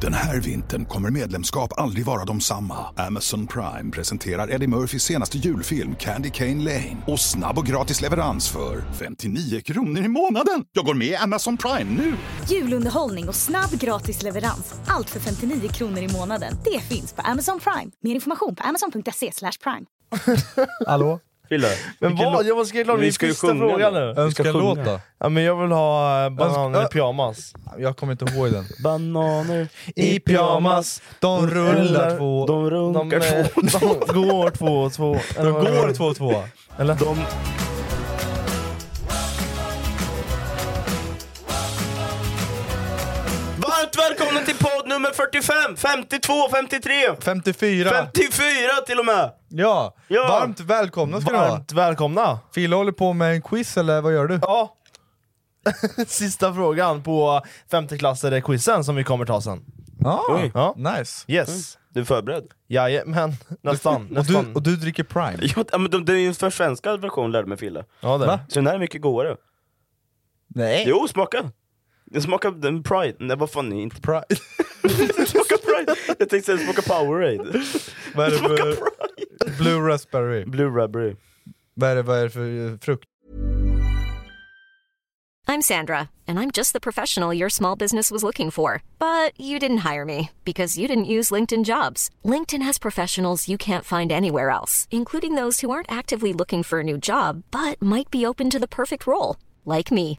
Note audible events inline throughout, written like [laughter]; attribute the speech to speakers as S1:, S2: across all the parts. S1: Den här vintern kommer medlemskap aldrig vara de samma. Amazon Prime presenterar Eddie Murphys senaste julfilm Candy Cane Lane. Och snabb och gratis leverans för 59 kronor i månaden. Jag går med i Amazon Prime nu!
S2: Julunderhållning och snabb gratis leverans. Allt för 59 kronor i månaden. Det finns på Amazon Prime. Mer information på amazon.se slash prime.
S3: Hallå?
S4: Fille,
S5: Men
S4: vilken
S5: vad?
S4: låt-
S5: Jag var ska klara
S4: Vi
S5: min
S4: ska ju
S5: sista
S4: sjunga
S5: fråga
S4: nu.
S5: nu.
S3: Önska låt då?
S5: Ja, men jag vill ha eh, bananer i
S3: Önska-
S5: pyjamas.
S3: Jag kommer inte ihåg den.
S4: Bananer
S5: I pyjamas,
S3: De rullar
S5: rullar
S4: [laughs]
S3: två...
S4: De
S5: De,
S4: runkar
S5: eh,
S4: två
S5: de går två och två.
S3: De
S5: Eller vad var
S3: går
S5: det?
S3: två och två.
S5: Eller?
S4: De... Varmt välkomna till podd nummer 45, 52, 53,
S3: 54.
S4: 54 till och med!
S3: Ja.
S4: Ja.
S3: Varmt välkomna ska du ha.
S5: Varmt välkomna!
S3: Fille håller på med en quiz eller vad gör du?
S5: Ja. [laughs] Sista frågan på femteklassare-quizen som vi kommer ta sen.
S3: Ah,
S4: Oj.
S3: ja. Nice.
S5: Yes.
S4: Du är förberedd?
S5: Jajamän. Nästan.
S3: Och du,
S5: nästan.
S3: och du dricker Prime?
S4: Jo, ja, men de- det är ju en försvenskad version lärde mig Fille.
S5: ja,
S3: Va?
S5: det.
S4: Så den här är mycket godare.
S3: Nej.
S4: Jo, smaka! Den smakar den Pride, nej vad fan, inte [laughs]
S3: Prime.
S4: smaka Pride! Jag tänkte säga smaka Powerade.
S3: vad
S5: [laughs]
S3: är det
S4: Smaka
S3: för...
S4: Pride!
S3: Blue Raspberry.
S4: Blue Raspberry.
S3: [laughs] Vad är det, vad är det för eh, frukt?
S6: I'm Sandra, and I'm just the professional your small business was looking for. But you didn't hire me because you didn't use LinkedIn jobs. LinkedIn has professionals you can't find anywhere else, including those who aren't actively looking for a new job but might be open to the perfect role, like me.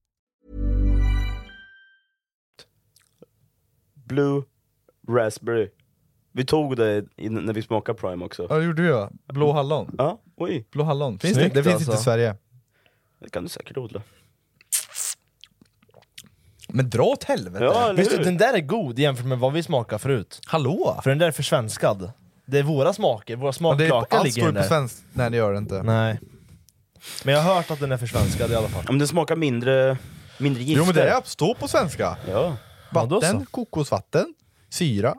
S4: Blue Raspberry. Vi tog det i- när vi smakade Prime också.
S3: Ja det gjorde jag. Blå hallon.
S4: Ja, oj.
S3: Blå hallon. Finns
S5: Snyggt,
S3: det? Det finns
S5: alltså.
S3: inte i Sverige.
S4: Det kan du säkert odla.
S3: Men dra åt helvete.
S4: Ja, eller
S5: Visst du,
S4: hur?
S5: den där är god jämfört med vad vi smakade förut.
S3: Hallå?
S5: För den där är försvenskad. Det är våra smaker, våra
S3: Ja, det är,
S5: smaklakar
S3: allt
S5: ligger i
S3: står
S5: den
S3: på
S5: där.
S3: svenskt. Nej det gör det inte.
S5: Nej. Men jag har hört att den är försvenskad i alla fall.
S4: Ja, men den smakar mindre, mindre gifter.
S3: Jo men det är, står på svenska.
S4: Ja,
S5: Ja, då
S3: Vatten, kokosvatten, syra.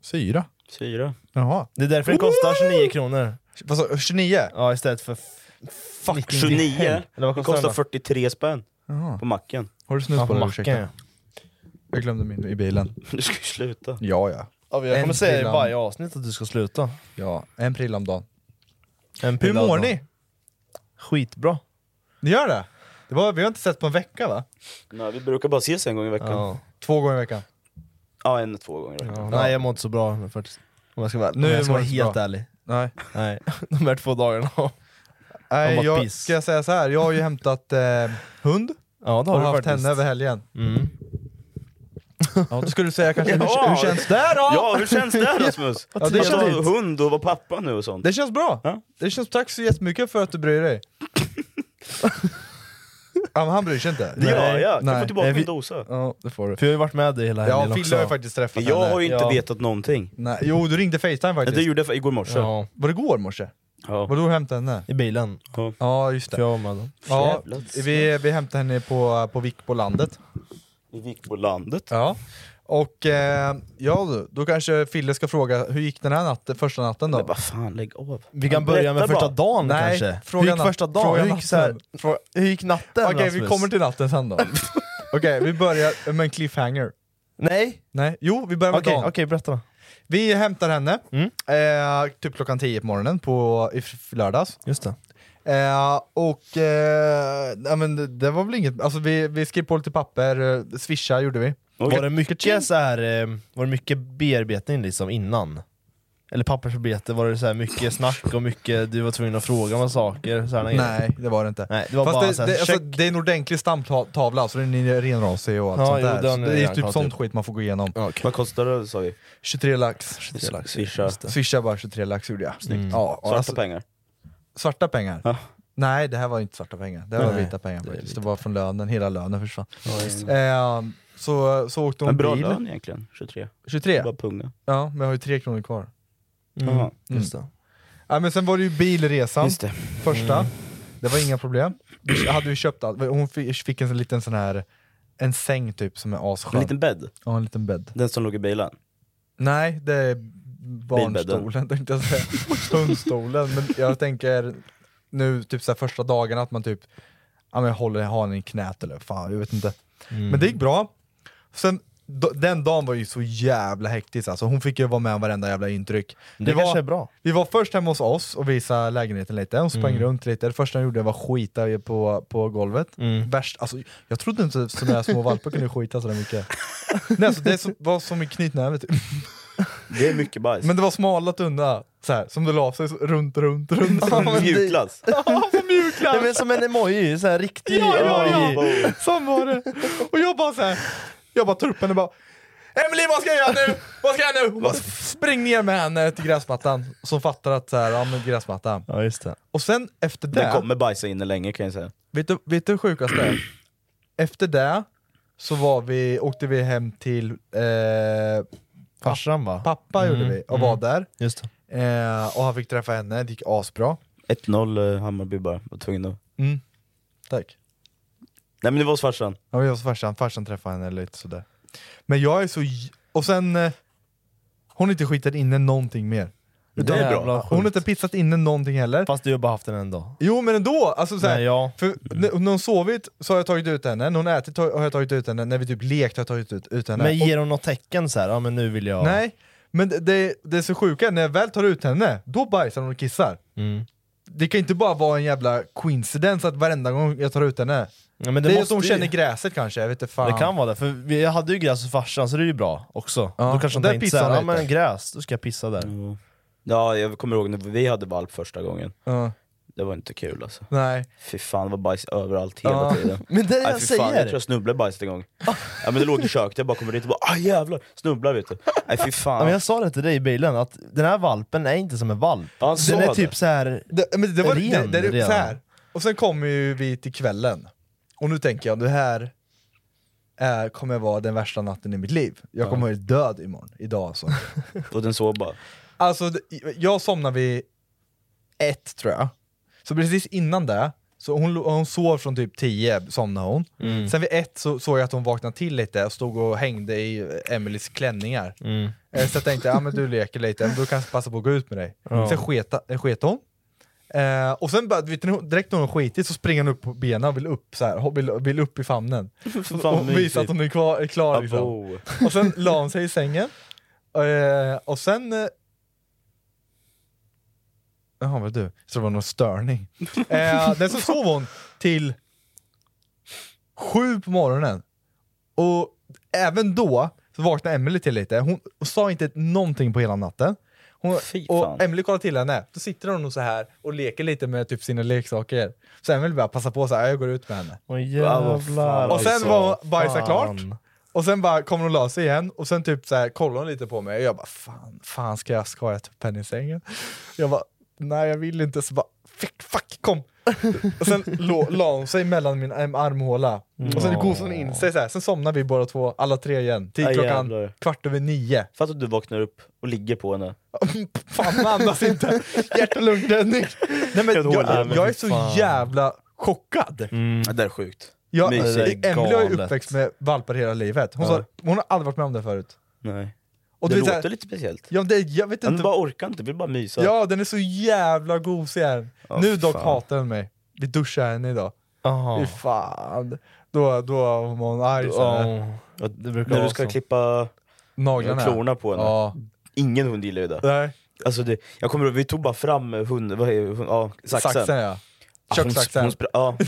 S3: Syra?
S4: syra.
S3: Jaha.
S5: Det är därför den kostar 29 kronor.
S3: Vad sa 29?
S5: Ja, istället för... f-
S4: Fuck,
S5: 19.
S4: 29!
S5: Eller vad
S4: det
S5: kostar
S4: kostar
S5: den?
S4: 43 spänn
S3: Jaha.
S4: på macken. [laughs]
S3: Har du snus
S5: Ja,
S3: på
S5: på
S3: dig?
S5: macken ja.
S3: Ursäkta. Jag glömde min i bilen.
S4: Du ska ju sluta.
S3: Ja, ja.
S5: Ja, Jag
S3: En
S5: kommer säga i
S3: till
S5: varje avsnitt att du ska sluta.
S3: ja. En prilla om dagen.
S5: En
S3: Hur
S5: pilla om
S3: mår
S5: dagen.
S3: ni?
S5: Skitbra.
S3: Ni gör det? det var, vi har inte sett på en vecka va?
S4: Nej, vi brukar bara ses en gång i veckan. Ja,
S5: Ja.
S3: Två gånger i veckan.
S4: en, två gånger i veckan.
S5: Nej jag mår inte så bra faktiskt. Om jag ska vara,
S3: Nu
S5: om jag ska
S3: mår
S5: vara
S3: du inte
S5: helt
S3: bra.
S5: ärlig.
S3: Nej.
S5: Nej, [laughs] de här två dagarna.
S3: Nej,
S5: De var
S3: jag,
S5: piss.
S3: ska jag säga så här. jag har ju hämtat eh, hund
S5: Ja det
S3: och
S5: har du
S3: haft
S5: faktiskt.
S3: henne över helgen.
S5: Mm.
S3: Ja, då skulle du säga [laughs] kanske,
S4: Ja.
S3: hur, hur känns det då?
S4: Ja, hur känns det Rasmus?
S3: Ja, det
S4: Att ha
S3: känns-
S4: hund och vara pappa nu och sånt.
S3: Det känns bra!
S4: Ja.
S3: Det känns, tack så jättemycket för att du bryr [laughs] dig. ja, men han bryr sig inte.
S4: Det gör jag. Kan jag
S3: Nej.
S4: få tillbaka
S5: Nej, vi-
S4: min dosa?
S3: Ja, det får du.
S5: För jag har ju varit med dig hela helgen
S3: Ja,
S5: också.
S3: Fille har ju faktiskt träffat
S4: Jag
S3: henne.
S4: har ju inte
S5: Ja.
S4: vetat någonting.
S3: Nej, jo, du ringde Facetime
S4: Ja,
S3: faktiskt.
S4: Det gjorde jag för- igår morse. Ja.
S5: Ja,
S3: Var det igår morse? Var
S4: Ja.
S3: du och hämtade henne?
S5: i bilen.
S3: Ja, just
S5: För
S3: det.
S5: jag var med dem.
S3: Ja,
S4: Jävlar, det är
S3: vi, vi hämtade henne på, på Vick på landet.
S4: Vi gick på landet.
S3: Ja. Och eh, ja, du, då kanske Fille ska fråga, hur gick den här natten, första natten då?
S4: Men vad fan, lägg av.
S5: Vi kan börja med
S4: Berätta
S5: första
S4: bara.
S5: dagen
S3: Nej,
S5: kanske.
S3: fråga
S5: hur gick
S3: natt-
S5: första dagen?
S3: fråga
S5: Hur gick, så här,
S3: natten.
S5: frå- hur gick natten
S3: Okej, vi [laughs]
S5: Rasmus?
S3: kommer till natten sen då. Okej, vi börjar med en cliffhanger.
S5: Nej?
S3: Nej, jo vi börjar med
S5: Okej,
S3: Dan.
S5: okej, berätta då.
S3: Vi hämtar henne, eh, typ klockan 10 på morgonen på, i f- lördags.
S5: Just det.
S3: Eh, och eh, ja, men det, det var väl inget, alltså vi, vi skrev på lite papper, eh, swisha gjorde vi.
S5: Var det mycket så här, eh, var det mycket bearbetning liksom innan? Eller pappersarbete, var det så här mycket snack och mycket du var tvungen att fråga om saker? Så här, grejer?
S3: Nej, det var det inte.
S5: Nej, det var
S3: Fast
S5: bara
S3: det,
S5: så här,
S3: det, alltså,
S5: check.
S3: det är en ordentlig stamtavla, alltså den är renrasig och allt
S5: Ja,
S3: sånt
S5: jo,
S3: där.
S5: den
S3: Så
S5: är
S3: det är
S5: redan
S3: typ
S5: klar,
S3: sånt
S5: typ.
S3: skit man får gå igenom.
S4: Vad kostar det sa vi?
S3: 23 lax. 23 lax.
S4: Swisha.
S3: Swisha bara 23 lax gjorde jag.
S5: Mm.
S3: Snyggt. Ja, och
S4: Svarta
S3: alltså,
S4: pengar.
S3: svarta pengar?
S4: Ja.
S3: Nej, det här var inte svarta pengar. Det här var
S5: Nej,
S3: vita pengar
S5: det är
S3: faktiskt. Det
S5: vita.
S3: var från lönen, hela lönen försvann. Ehm, så, så åkte hon
S4: Men bra
S3: bil.
S4: lön egentligen, 23.
S3: 23?
S4: Bara punga.
S3: Ja, men jag har ju 3 kronor kvar.
S5: Mm.
S4: Jaha.
S5: Just det.
S3: Ja, men sen var det ju bilresan,
S4: Just det.
S3: första.
S5: Mm.
S3: Det var inga problem. Vi hade ju köpt allt. Hon fi- fick en sån liten sån här, en säng typ som är
S4: En
S3: asskön.
S4: liten bädd,
S3: Ja, en liten bädd.
S4: den som låg i bilen.
S3: Nej, det är barnstolen tänkte jag säga. [laughs] Hundstolen. Men jag tänker nu typ så här första dagarna att man typ ja, men håller hanen i knät eller fan, jag vet inte.
S5: Mm.
S3: Men det gick bra. Sen, d- den dagen var ju så jävla hektisk alltså. Hon fick ju vara med om varenda jävla intryck.
S5: Det,
S3: Vi
S5: kanske
S3: var,
S5: är bra.
S3: vi var först hemma hos oss och visade lägenheten lite, hon sprang runt lite. Det första hon gjorde var skita i- på, på golvet. Värst, alltså, jag trodde inte sådana här små valpar kunde skita sådär mycket. Nej, alltså, det som- var som en knytnäve typ.
S4: Det är mycket bajs. [laughs]
S3: Men det var smala tunna, så här, som det la sig så, runt, runt, runt.
S4: Som en mjukglass.
S5: Ja, men som en emoji, så här riktig
S3: Ja, ja, ja.
S5: emoji.
S3: Som var det. Och jag bara så här, jag bara tar upp henne och bara Emily vad ska jag göra nu? Vad ska jag göra nu? Hon bara, spring ner med henne till gräsmattan. Så hon fattar att så här, ja men gräsmattan.
S5: Ja, just det.
S3: Och sen efter det,
S4: Den kommer bajsa inne länge kan jag säga.
S3: vet du, vet du det sjukaste?
S5: [clears throat]
S3: är? efter det så var vi, åkte vi hem till eh,
S5: Farsan va?
S3: pappa
S5: Mm,
S3: gjorde vi och var där.
S5: Just det.
S3: Eh, och han fick träffa henne, det gick asbra.
S4: 1-0 eh, Hammarby bara, var tvungen att...
S3: Tack.
S4: Nej men det var hos farsan.
S3: Ja, vi var hos farsan, farsan träffade henne lite sådär. Men jag är så... j- Och sen... eh, Hon har inte skitit inne någonting mer.
S5: Det är bra.
S3: Hon har inte pissat inne någonting heller.
S5: Fast du har bara haft den en dag.
S3: Jo men ändå! Alltså såhär,
S5: Nej, ja.
S3: för när när hon sovit så har jag tagit ut henne, när hon ätit har jag tagit ut henne, när vi typ lekt har jag tagit ut, ut henne.
S5: Men
S3: och,
S5: ger hon något tecken så här? ja men nu vill jag...
S3: Nej, men det- det, det är så sjuka, när jag väl tar ut henne, då bajsar hon och kissar.
S5: Mm.
S3: Det kan inte bara vara en jävla coincidence att varenda gång jag tar ut henne,
S5: Ja, men
S3: det,
S5: det,
S3: är att
S5: måste
S3: hon
S5: ju-
S3: känner gräset kanske, jag vet inte fan.
S5: Det kan vara det, för vi- jag hade ju gräs hos farsan så det är ju bra också.
S3: Ja,
S5: Då kanske
S3: och
S5: hon
S3: där
S5: tänkte
S3: pissar
S5: såhär, ja
S3: han lite.
S5: men gräs, då ska jag pissa där.
S4: Mm. Ja, jag kommer ihåg när vi hade valp första gången.
S3: Ja.
S4: Det var inte kul alltså.
S3: Nej.
S4: Fy fan det var bajs överallt hela
S3: [laughs]
S4: tiden.
S5: Men det är det
S4: Nej,
S5: jag
S4: fy fan, jag tror
S5: säger!
S4: jag snubblade i bajset en gång. ja men det låg i köket, jag bara kommer dit och bara ah jävlar, snubblar vet du. Nej fy
S5: Ja, men
S4: fan.
S5: jag sa det till dig i bilen, att den här valpen är inte som en valp.
S4: Ja, han
S5: den
S4: sa
S5: är
S4: det.
S5: typ så här.
S3: Det, men det var
S5: Ren
S3: det, det, är
S5: redan.
S3: så här. Och sen kommer ju vi till kvällen. Och nu tänker jag, det här är, kommer vara den värsta natten i mitt liv. Jag kommer vara död imorgon, idag alltså.
S4: Och den sov bara.
S3: alltså det- jag somnar vid ett tror jag. Så precis innan det, så hon, lo- hon sov från typ tio, somnade hon. Sen vid ett så såg jag att hon vaknade till lite och stod och hängde i Emelies klänningar. Eh, Så jag tänkte, ja men du leker lite, men då kan jag passa på att gå ut med dig. Sen sketa, eh, sket hon. Eh, och sen bara, vet ni, direkt när hon skitit så springer hon upp på benen och vill upp så här, hon vill, vill upp i famnen.
S4: vad
S3: och visar att
S4: mysigt.
S3: hon är, kvar, är klar liksom.
S4: Abo.
S3: Och sen la hon sig i sängen. Eh, och sen... eh, Jaha, vad du? Jag tror det var någon störning. Eh, den så sov hon till sju på morgonen. Och även då så vaknade Emily till lite. Hon sa inte någonting på hela natten. Hon,
S4: Fy fan.
S3: och Emily kollar till henne, då sitter hon nog så här och leker lite med typ sina leksaker. Så Emily bara passar på så här, jag går ut med henne.
S5: Åh
S4: jävlar,
S5: jävlar
S3: Och sen var hon bajsa
S5: Fan.
S3: klart, och sen bara kommer hon och la sig igen, och sen typ så här kollade hon lite på mig, och jag bara fan, fan ska jag, ska jag ta upp henne i sängen? Jag bara, nej jag vill inte, så bara fuck, fuck kom! Och sen lå- la hon sig mellan min äm, armhåla, och sen gosade hon in sig så här. sen somnade vi båda två, alla tre igen, till
S4: Aj,
S3: klockan
S4: jävlar.
S3: kvart över nio.
S4: Fattar att du vaknar upp och ligger på henne.
S3: Fan man andas inte, hjärt och lungräddning! Nej men jag, jag, är så jävla chockad!
S4: Mm. Ja, Det där är sjukt.
S3: Ja,
S4: Mysigt.
S3: Emily har ju
S5: Galet.
S3: uppväxt med valpar hela livet. Hon, sa, hon har aldrig varit med om det förut.
S4: Nej.
S3: Och
S4: det
S3: du vet
S4: låter
S3: såhär-
S4: lite speciellt.
S3: Ja, det, jag vet
S4: Han
S3: inte.
S4: bara orkar inte, typ. vill bara mysa.
S3: Ja, den är så jävla gosig är den. Nu dock
S4: fan.
S3: hatar den mig. Vi duschar henne idag.
S5: Jaha.
S3: Fy fan. Då, då var hon arg så här.
S5: Ja, det brukar
S4: När
S5: vara
S4: du ska
S5: så.
S4: klippa
S3: Naglarna.
S4: klorna på henne.
S3: Ja.
S4: Ingen hund gillar ju det.
S3: Nej.
S4: Alltså det, jag kommer ihåg, vi tog bara fram hund, vad är, hund ja, saxen.
S3: Saxen ja.
S4: Ah, hon,
S3: Kökssaxen.
S4: hon, spr- ja.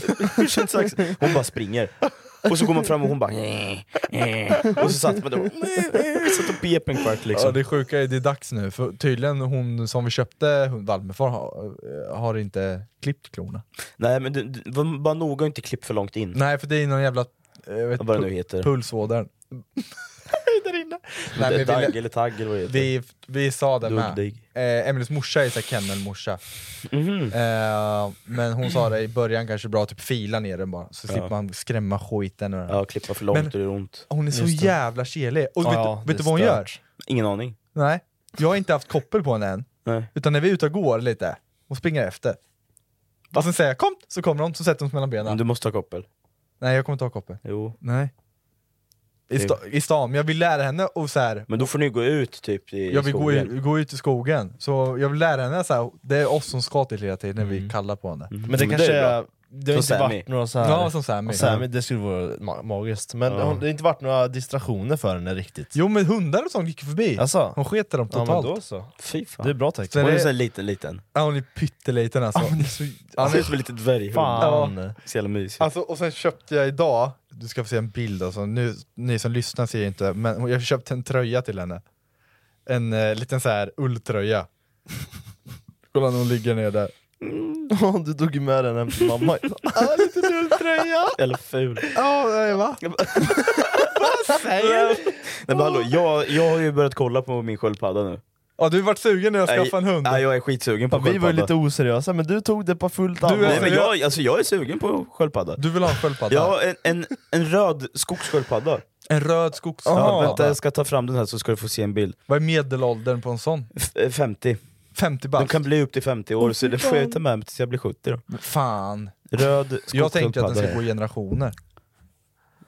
S4: [laughs] Kökssaxen. hon bara springer. Och så går man fram och hon bara "Eh, eh." Och så satt man där och, satt och pep en kvart
S3: Ja,
S4: liksom.
S3: det sjuka är det är dags nu, för tydligen hon som vi köpte hund- valpen för har, har inte klippt klorna.
S4: Nej men du, du, var bara noga och inte klipp för långt in.
S3: Nej, för det är någon jävla jag vet,
S4: Vad det nu
S3: pu-
S4: heter. [laughs]
S3: pulsådern. där inne. Nej,
S4: det är
S3: men
S4: dagg
S3: vi,
S4: eller tagg eller vad det heter.
S3: vi, vi sa det med.
S4: Luddig.
S3: Eh, Emelies morsa är så här kennelmorsa. Eh, men hon sa det i början kanske bra, typ fila ner den bara, så slipper man skrämma skiten ur den.
S4: Ja, klippa för långt
S3: Men-
S4: och det gör ont.
S3: Hon är så
S5: Just det.
S3: jävla kelig. Och
S5: Ja,
S3: vet,
S5: ja,
S3: vet
S5: det
S3: du
S5: är
S3: vad hon gör?
S5: stört.
S4: Ingen aning.
S3: Nej, jag har inte haft koppel på henne än.
S4: Nej.
S3: Utan när vi är ute och går lite, och springer efter. Och sen säger jag kom, så kommer hon, så sätter hon sig mellan benen.
S5: Mm.
S4: Men du måste ha koppel.
S3: Nej jag kommer inte ha koppel.
S4: Jo.
S3: Nej. I, sta, I stan, men jag vill lära henne och så här.
S4: Men då får ni gå ut typ i
S3: Jag vill gå,
S4: skogen.
S3: i- gå ut i skogen, så jag vill lära henne så här. det är oss som ska till hela tiden när
S5: Mm.
S3: vi kallar på henne.
S5: Men det
S4: Men det
S5: kanske
S4: är
S5: är, det har
S4: Som
S5: inte
S4: Sammy.
S5: varit några så här,
S3: Ja, som Sammy.
S5: Sammy, det skulle vara ma- magiskt. Men hon, det har inte varit några distraktioner för henne riktigt.
S3: Jo men hundar och sånt gick ju förbi,
S5: Alltså?
S3: hon sket i dem
S5: ja,
S3: totalt.
S5: men då så.
S4: Fy fan.
S5: Det är bra tecken.
S3: Sen
S4: Hon är
S3: det-
S4: en sån här liten, liten.
S3: ja, hon är pytteliten alltså. Hon är så,
S4: Han ser
S3: alltså,
S4: ut som en liten dvärghund.
S5: Fan.
S4: Så jävla mysig.
S3: Alltså, och sen köpte jag idag, du ska få se en bild alltså, nu, ni som lyssnar ser ju inte, men jag köpte en tröja till henne. En eh, liten så här [laughs] ulltröja. Kolla när hon ligger ner där.
S5: Ja, du tog ju med den hem till [laughs] mamma.
S3: Ulltröja!
S4: Eller ful.
S3: Ja, oh, va? Vad säger du?
S4: Nej men hallå, jag, jag har ju börjat kolla på min sköldpadda nu.
S3: Ja, du vart sugen när jag
S4: Nej,
S3: skaffade en hund.
S4: Nej jag är skitsugen på
S5: Vi var
S4: sköldpadda.
S5: ju lite oseriösa, men du tog det på fullt allvar.
S4: Nej men jag, alltså, jag är sugen på sköldpadda.
S3: Du vill ha en sköldpadda?
S4: Jag har en, en, en röd skogssköldpadda.
S3: En röd
S4: Ja, vänta
S3: skogssköldpadda.
S4: jag ska ta fram den här så ska du få se en bild.
S3: Vad är medelåldern på en sån?
S4: F- eh, 50.
S3: 50
S4: De
S3: bast?
S4: kan bli upp till 50 år så det får jag ta med mig tills jag blir 70 då.
S3: Fan.
S4: Röd
S3: Jag tänkte att den
S4: skogssköldpadda. Liksom.
S3: ska gå i generationer.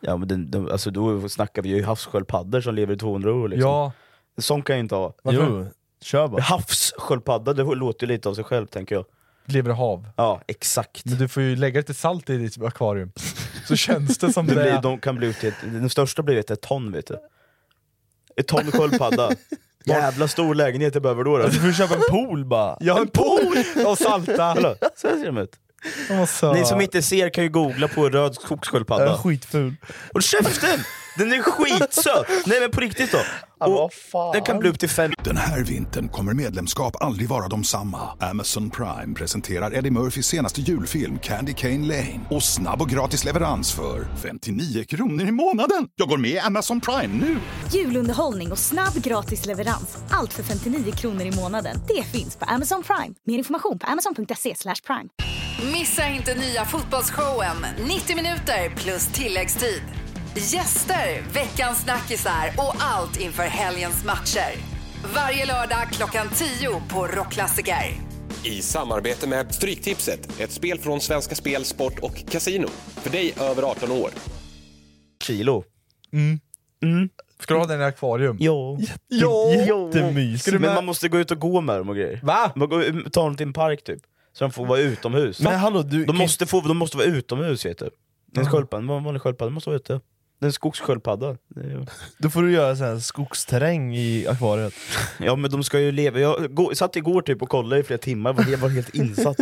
S4: Ja men den, den, alltså då snackar vi ju havssköldpaddor som lever i 200 år liksom.
S3: Ja,
S4: Sån kan jag inte ha.
S5: Jo, kör bara.
S4: Havssköldpadda, det låter ju lite av sig själv tänker jag.
S3: lever i hav.
S4: Ja, exakt.
S3: Men du får ju lägga lite salt i ditt akvarium. Så känns det som
S4: Det
S3: det.
S4: blir, de kan bli ut till ett, den största blir ett ton vet du. Ett ton
S3: [laughs]
S4: sköldpadda. Jävla stor lägenhet jag behöver då. då.
S5: Du får köpa en pool bara.
S3: Jag har en pool!
S4: [laughs]
S3: Och salta!
S4: Kolla, så här ser de ut.
S3: Och så.
S4: Ni som inte ser kan ju googla på röd skogssköldpadda.
S5: Ja. Skitful.
S4: Håll käften! Den är skitsöt! Nej men på riktigt då. Och den kan bli upp till fem...
S1: Den här vintern kommer medlemskap aldrig vara de samma. Amazon Prime presenterar Eddie Murphys senaste julfilm Candy Cane Lane. Och snabb och gratis leverans för 59 kronor i månaden. Jag går med i Amazon Prime nu!
S2: Julunderhållning och snabb gratis leverans. Allt för 59 kronor i månaden. Det finns på Amazon Prime. Mer information på amazon.se slash prime.
S7: Missa inte nya fotbollsshowen 90 minuter plus tilläggstid. Gäster, veckans snackisar och allt inför helgens matcher. Varje lördag klockan 10 på Rockklassiker.
S8: I samarbete med Stryktipset, ett spel från Svenska Spel, Sport och Casino. För dig över 18 år.
S4: kilo.
S3: Ska du ha den i akvarium?
S4: Ja.
S3: Ja.
S5: Jättemysigt.
S3: Ska du
S4: Men
S3: med?
S4: man måste gå ut och gå med dem och grejer.
S3: Va?
S4: Man går, tar dem till en park typ. Så de får vara utomhus.
S5: Men hallå, du
S4: De måste, få, de måste vara utomhus vet du. En sköldpadda, en vanlig sköldpadda måste vara ute. Det är en skogssköldpadda. Det är ju-
S5: Då får du göra så här skogsterräng i akvariet.
S4: Ja men de ska ju leva, jag gå, satt igår typ och kollade i flera timmar, var, helt- var helt insatt.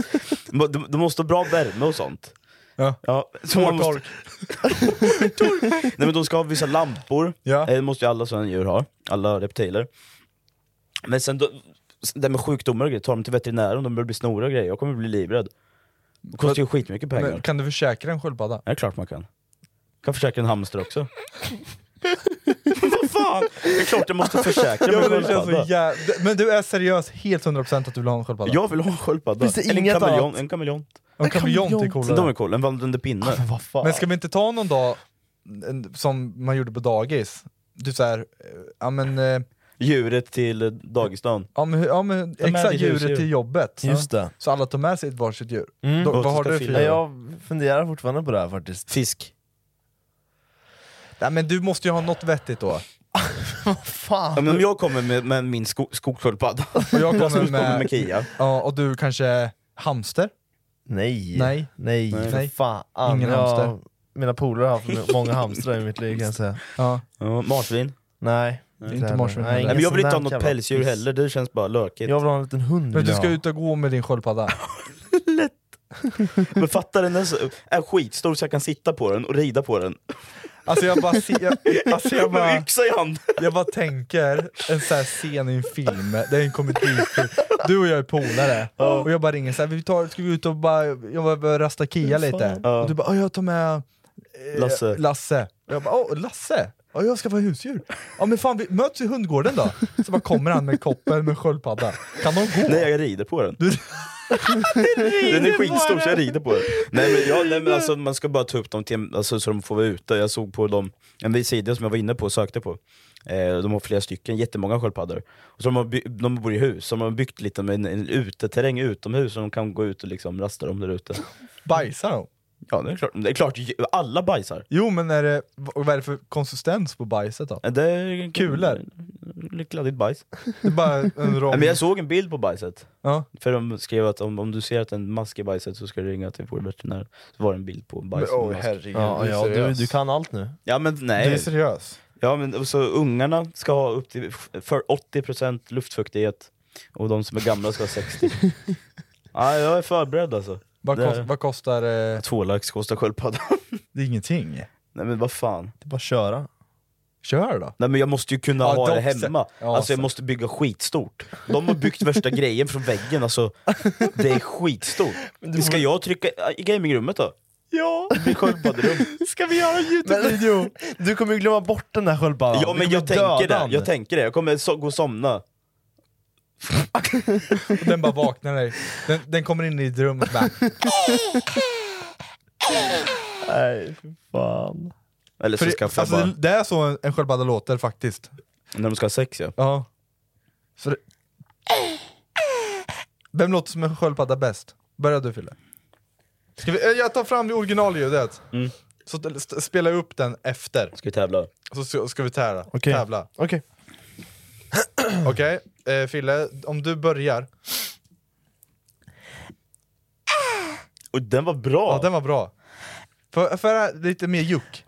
S4: De, de- de måste ha bra värme och sånt.
S3: Ja.
S4: Ja, så man måste,
S3: Hårtork.
S4: [laughs] nej men de ska ha vissa lampor,
S3: Ja.
S4: Eh, det måste ju alla sådana djur ha, alla reptiler. Men sen, då, det här med sjukdomar och grejer, tar dem till veterinären, de börjar bli snoriga och grejer, jag kommer bli livrädd. Det kostar ju skitmycket pengar.
S3: Men Kan du försäkra en sköldpadda?
S4: Ja, det är klart man kan. Kan försäkra en hamster också. [laughs] Vad fan! Det är klart jag måste försäkra
S3: Ja,
S4: mig
S3: men,
S4: en
S3: det känns så
S4: sköldpadda.
S3: jäv... men du är seriös helt 100% att du vill ha en sköldpadda?
S4: Jag vill ha en sköldpadda.
S5: Finns det
S4: Eller
S5: inget
S4: en kameleon.
S5: annat?
S4: En kameleon.
S3: en kameleont är
S4: De är
S3: coolare.
S4: cool, en vandrande pinne.
S5: Men vad fan.
S3: Men ska vi inte ta någon dag en- som man gjorde på dagis? Typ såhär, eh, ja men, eh,
S4: Djuret till eh, dagisdagen.
S3: ja men, ja, men
S4: med
S3: exakt
S4: ditt husdjur.
S3: djuret till jobbet.
S5: Just
S3: Ja.
S5: det.
S3: Så alla tar med sig ett varsitt djur.
S5: Mm.
S3: Då,
S4: Och
S3: vad har
S4: ska
S3: du för
S4: fila.
S3: djur?
S5: Nej, jag funderar fortfarande på det här faktiskt.
S4: Fisk.
S3: Nej, men du måste ju ha något vettigt då.
S4: Ja,
S5: Fan!
S4: men om jag kommer med, med min sko- skogssköldpadda, [laughs]
S3: Och jag
S4: jag som
S3: kommer
S4: kommer med,
S3: med,
S4: Kia,
S3: ja, och du kanske hamster?
S5: Nej.
S3: Nej.
S5: Nej.
S3: Nej.
S5: Fan.
S3: Ingen hamster.
S5: mina polare har haft många hamstrar i mitt liv kan jag säga.
S3: Ja.
S4: Ja, marsvin.
S5: Nej.
S3: inte marsvin.
S5: Nej,
S4: Nej, men jag vill inte ha
S5: sån där
S4: något
S5: jävla
S4: pälsdjur
S5: piss.
S4: heller, det känns bara lökigt.
S5: Jag vill ha en liten hund.
S3: Men
S5: vill
S3: du
S5: jag
S3: ska
S5: ha.
S3: ut och gå med din sköldpadda.
S4: Men fatta den, den är så- är skitstor så jag kan sitta på den och rida på
S5: [laughs]
S4: den.
S3: Alltså jag bara, se- jag, alltså jag
S4: Med
S3: bara,
S4: yxa i hand.
S3: jag bara tänker en sån här scen i en film, det är en komedifilm. Du och jag är polare, och jag bara ringer så här, vi tar, ska vi ut och bara, jag bara börjar rasta Kia lite?
S4: Ja.
S3: Och du bara, "Ja, jag tar med eh,
S4: Lasse.
S3: Lasse. Och jag bara, åh Lasse! Ja, jag ska vara husdjur. Ja men fan, vi möts i hundgården då? Så bara kommer han med koppen med sköldpadda. Kan de gå?
S4: Nej jag rider på den. [laughs] den är skitstor så jag rider på den. Nej men, jag, nej, men alltså, man ska bara ta upp dem till, en- alltså, så de får vara ute. Jag såg på dem, en vid sida som jag var inne på och sökte på. Eh, de har flera stycken, jättemånga sköldpaddor. Och så de, har by- de bor i hus, så de har byggt lite med en, en uteterräng utomhus så de kan gå ut och liksom rasta dem där ute.
S3: Bajsar de?
S4: Ja det är klart, det är klart ju- alla bajsar.
S3: Jo men är det, och vad är det för konsistens på bajset då?
S4: Eh, Det är
S3: Kulor.
S4: Lite Kladdigt bajs.
S3: Det är bara
S4: [laughs]
S3: en
S4: Nej,
S3: rond...
S4: men jag såg en bild på bajset.
S3: Ja.
S4: För de skrev att om, om du ser att en mask är bajset så ska du ringa till vår veterinär. Så var det en bild på en bajs. och en mask.
S5: Ja, ja du, du kan allt nu.
S4: ja men
S3: Du är
S4: nej.
S3: seriös?
S4: Ja, men, och så ungarna ska ha upp till för 80% luftfuktighet och de som är gamla ska ha
S3: [laughs]
S4: 60. ja, jag är förberedd alltså.
S3: Vad,
S4: Det-
S3: kost, vad kostar... Eh,
S4: Två lax kostar sköldpadda.
S3: det är ingenting.
S4: [laughs] nej men vad fan.
S5: Det är bara att köra.
S3: Kör då!
S4: Nej men jag måste ju kunna
S3: Ja,
S4: ha det
S3: dock så-
S4: hemma.
S3: ja,
S4: alltså jag
S3: så.
S4: måste bygga skitstort. De har byggt värsta grejen från väggen, alltså. Det är
S3: [laughs]
S4: skitstort. Ska jag trycka i gamingrummet då?
S5: Ja!
S4: Det blir sköldpadderum.
S5: Ska vi göra en Youtube-video? Du kommer ju glömma bort den där sköldpaddan.
S4: Ja men jag tänker det, jag tänker det. Jag kommer so gå och somna.
S3: Och Den bara vaknar dig. Den, den kommer in i ditt rum och bara...
S5: Nej, fy fan.
S4: Eller [laughs] så
S3: För,
S4: skaffar jag
S3: alltså,
S4: bara...
S3: det- Det är så en, en sköldpadda låter faktiskt.
S4: När de ska ha sex ja.
S3: Ja. Så det... Vem låter som en sköldpadda bäst? Börja du Fille. Ska vi, eh, jag tar fram det originalljudet,
S4: Mm.
S3: så t- st- spelar jag upp den efter.
S4: Ska vi tävla?
S3: Så ska, ska vi tära,
S5: Okej.
S3: tävla.
S5: Okej.
S3: Okej, eh, Fille, om du börjar.
S4: Och den var bra!
S3: Ja, den var bra. För, för lite mer juck.
S4: [laughs]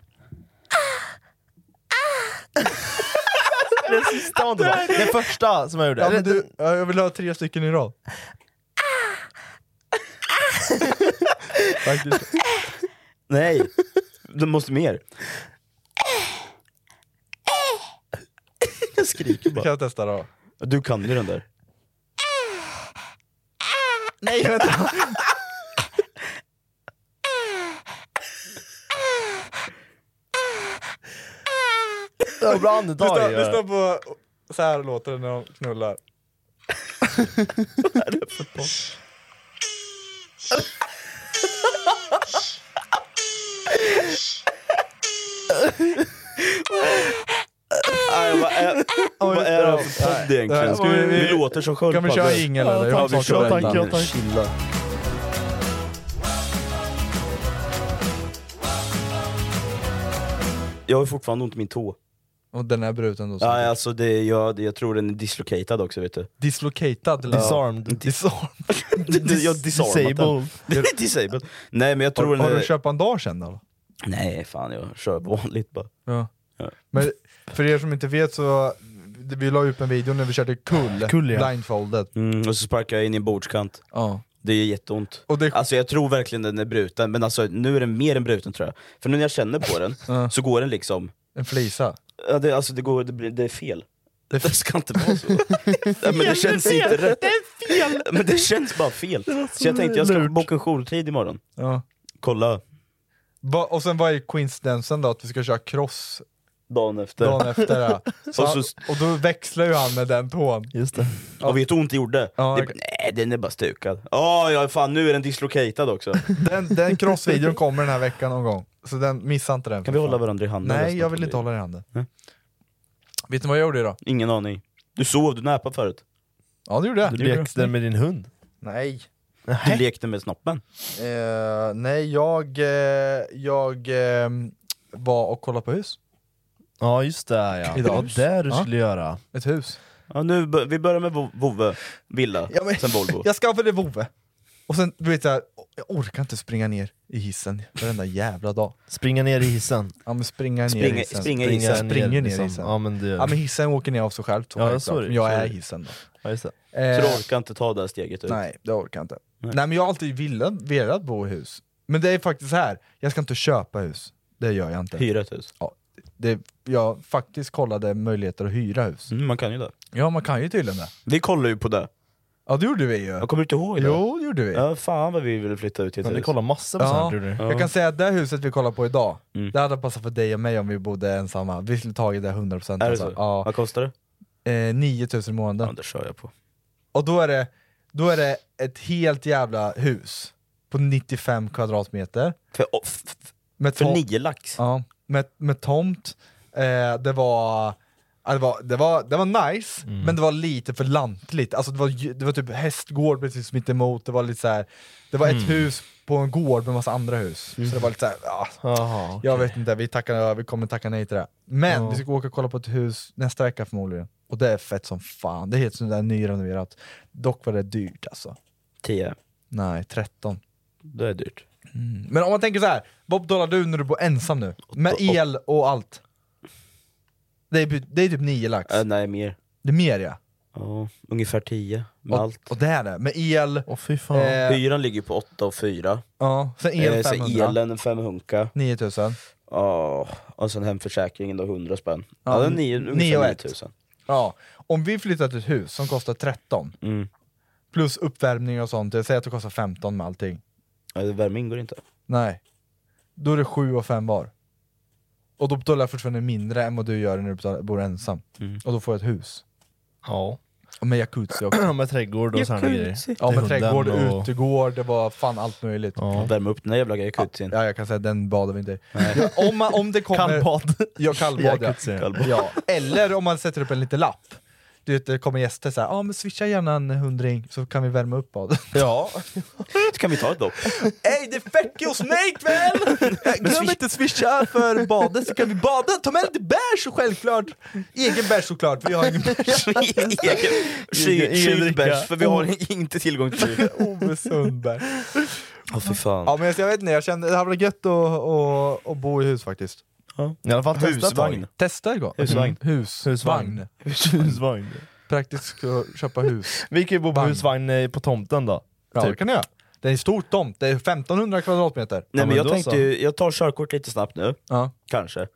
S5: Den sista var inte bra. Den första som jag gjorde.
S3: Ja,
S5: Eller
S3: men du, ja, jag vill ha tre stycken i rad. Faktiskt.
S4: Nej! Du måste mer. Jag skriker
S3: Kan
S4: bara.
S3: jag testa då?
S4: Du kan ju den där.
S3: Nej vänta!
S5: Det var bra andetag.
S3: Lyssna,
S5: ju.
S3: lyssna på så här låter det när de knullar.
S4: Nej, vad [laughs] är, vad är Äh, det här för podd egentligen? Ska vi, vi låter som
S3: Kan
S4: sköldpaddor.
S3: vi köra jingel eller? Jag har
S4: Ja,
S3: en
S4: vi
S3: sak att
S4: kör
S3: berätta.
S4: jingel.
S5: tack.
S4: Chilla. Jag har fortfarande ont i min tå.
S3: Och den är bruten då. så.
S4: Ja, alltså det, jag, jag tror den är dislocated också vet du.
S3: Dislocated. eller?
S5: Disarmed.
S4: [laughs]
S3: Disarmed.
S4: Dis- jag har disarmat [laughs]
S5: Disabled.
S4: den. Disabled. Nej men jag tror
S3: Har,
S4: den
S3: har
S4: är...
S3: du köpt bandage sen då?
S4: Nej fan jag kör vanligt bara.
S3: Ja.
S4: Ja.
S3: Men för er som inte vet så, vi la upp en video när vi körde kull,
S5: Kull, ja.
S3: blindfolded.
S4: Mm, och så sparkar jag in i en bordskant.
S3: Ja.
S4: Det är jätteont.
S3: Och det-
S4: Alltså jag tror verkligen den är bruten, men alltså nu är den mer än bruten tror jag. För nu när jag känner på [laughs] den, så går den liksom...
S3: En flisa.
S4: Ja, det, alltså det, går, det, blir, det är fel. Det, ska inte vara [laughs] så. Nej, men det känns inte rätt. Det är fel! Men det känns bara fel. Så jag tänkte jag ska boka en jourtid imorgon.
S3: Ja.
S4: Kolla
S3: Va, och sen vad är coincidensen då? Att vi ska köra cross
S4: dagen efter.
S3: dagen efter? Ja. Så
S4: Och
S3: han,
S4: så-
S3: [laughs] och då växlar ju han med den tån.
S5: Just det.
S4: Och vet du ont det gjorde?
S3: Ja,
S4: det,
S3: okej.
S4: Nej den är bara stukad. Ja, ja fan nu är den dislocated
S3: [laughs]
S4: också.
S3: Den, den crossvideon kommer den här veckan någon gång, så den, missa inte
S4: Kan
S3: den. för
S4: vi
S3: fan.
S4: hålla varandra i handen?
S3: Nej,
S4: resten
S3: jag
S4: av
S3: vill inte
S4: livet?
S3: hålla dig i handen.
S4: Nej.
S3: Vet ni vad jag gjorde idag?
S4: Ingen aning. Du sov, du näpade förut.
S3: Ja, det gjorde jag.
S5: Du lekte med din hund.
S3: Nej.
S4: Du lekte med snoppen.
S3: Eh, nej, jag, eh, jag ehm, var och kollade på hus.
S5: Ja just det
S3: Idag.
S5: ja. Det var där du
S3: Ja.
S5: skulle göra.
S3: Ett hus.
S4: [laughs] Ja, nu, bör- vi börjar med Vo- Vove, villa,
S3: Ja, men-
S4: sen Volvo.
S3: Jag skaffade vovve. Och sen, du vet jag, jag orkar inte springa ner i hissen varenda jävla dag.
S5: Springa ner i hissen.
S3: Ja men springa ner
S4: Springa-
S3: i hissen.
S4: springa i
S3: Springa-
S4: hissen.
S3: Springer ner i
S5: liksom.
S3: hissen.
S5: Ja men det
S3: Ja men hissen åker ner av sig själv, så
S5: Ja,
S3: självklart.
S5: sorry,
S3: Men jag är
S5: sorry.
S3: hissen då.
S5: ja, just det.
S4: Så
S3: Eh,
S4: du orkar inte ta det här steget ut?
S3: Nej, det orkar jag inte. Nej. men jag har alltid velat, velat bo i hus. Men det är faktiskt så här, jag ska inte köpa hus. Det gör jag inte.
S4: Hyra ett hus?
S3: Ja, det, jag faktiskt kollade möjligheter att hyra hus.
S4: Mm, man kan ju det.
S3: Ja, man kan ju tydligen det.
S4: Vi kollade ju på det.
S3: Ja, det gjorde vi ju.
S4: Jag kommer inte ihåg det.
S3: Jo, det gjorde vi.
S4: Ja, fan vad vi ville flytta ut i ett
S5: Men vi
S4: hus.
S5: kollar massa på
S3: Ja,
S5: sånt här,
S3: jag kan säga att det här huset vi kollar på idag,
S4: Mm.
S3: det hade passat för dig och mig om vi bodde ensamma. Vi skulle tagit det 100%
S4: Är det
S3: alltså.
S4: så?
S3: Ja,
S4: Vad kostar det?
S3: eh, 9000 i månaden.
S4: Ja, det kör jag på.
S3: Och då är, det, då är det ett helt jävla hus på 95 kvadratmeter.
S4: För, oh, f- f-
S3: Med
S4: för
S3: tom-
S4: nio lax?
S3: Ja, med, med tomt. Eh, det var... Ja, det, var, det, var, det var nice, men det var lite för lantligt. Alltså det, var, ju- det var typ hästgård precis mitt emot. det var lite så här, Det var ett hus på en gård med massa andra hus. Så det var lite så här, ja,
S5: Jaha,
S3: jag vet inte, vi, tackar, vi kommer tacka nej till det. Men vi ska åka och kolla på ett hus nästa vecka förmodligen. Och det är fett som fan, det är helt sånt där nyrenoverat. Dock var det dyrt alltså.
S4: Tio.
S3: Nej, 13.
S4: Det är dyrt.
S3: Men om man tänker så här, vad betalar du när du bor ensam nu? Med el och allt? Det är, by- det är typ 9 lax.
S4: Äh, nej, mer.
S3: Det är mer ja.
S4: Ja, ungefär tio med
S3: Och,
S4: allt.
S3: och det är det, med el,
S5: Åh fy fan.
S3: eh,
S4: Hyran ligger på åtta och fyra.
S3: ja, sen el
S4: Eh, sen
S3: 500,
S4: elen fem hunka.
S3: 9000.
S4: Ja, och sen hemförsäkringen då 100 spänn. Ja, det är nio, ungefär
S3: nio och
S4: 9
S3: ett.
S4: 000.
S3: Ja. Om vi flyttar till ett hus som kostar 13,
S4: Mm.
S3: plus uppvärmning och sånt, jag säger att det kostar 15 med allting.
S4: Ja, det- värme ingår inte.
S3: Nej. Då är det 7 och 5 var. Och då betalar jag fortfarande mindre än vad du gör när du betalar, bor ensam.
S4: Mm.
S3: Och då får jag ett hus.
S5: Ja.
S3: Och med jacuzzi också.
S5: Med trädgård och sådana grejer.
S3: Ja, med
S5: Hunden
S3: trädgård,
S5: och-
S3: utegård, det var fan allt möjligt.
S5: Ja.
S4: Värma upp den där jävla jacuzzin.
S3: Ja, jag kan säga den badar vi inte i. Ja, om, man, om det kommer...
S5: Kallbad.
S3: Ja, kallbad ja.
S5: Jacuzzi.
S4: Kallbad.
S3: ja. Eller om man sätter upp en liten lapp. Du vet, det kommer gäster såhär, ja ah, men swisha gärna en hundring så kan vi värma upp [laughs] badet. Ja.
S4: Så kan vi ta ett [laughs] dopp.
S3: Hej, det är Fecky hos mig ikväll! Glöm inte swisha för badet så kan vi bada, ta med lite bärs och självklart. Egen bärs såklart, vi har ingen bärs.
S4: Egen-
S5: Egen-
S4: Kyld
S5: egen
S4: kyld
S5: dricka.
S4: bärs, för vi har inte tillgång till [laughs] kyl.
S3: [laughs] Ove Sundberg.
S4: Åh fy fan.
S3: Ja men jag vet inte, jag kände, det hade varit gött att, att, att bo i hus faktiskt.
S5: I alla fall testa ett tag.
S4: Husvagn.
S3: Testa igång.
S4: Husvagn.
S3: Hus.
S5: Husvagn.
S3: Vagn.
S5: Husvagn.
S3: Praktiskt ska köpa hus.
S5: Vi kan ju bo på
S3: Vagn.
S5: husvagn eh, på tomten då.
S3: [laughs] Ja,
S5: Typ.
S3: det kan du göra. Det är en stor tomt, det är 1500 kvadratmeter.
S4: Nej men
S5: men
S4: jag
S5: då
S4: tänkte
S5: så.
S4: ju, jag tar körkort lite snabbt nu.
S3: Ja.
S4: Kanske.
S3: Ja.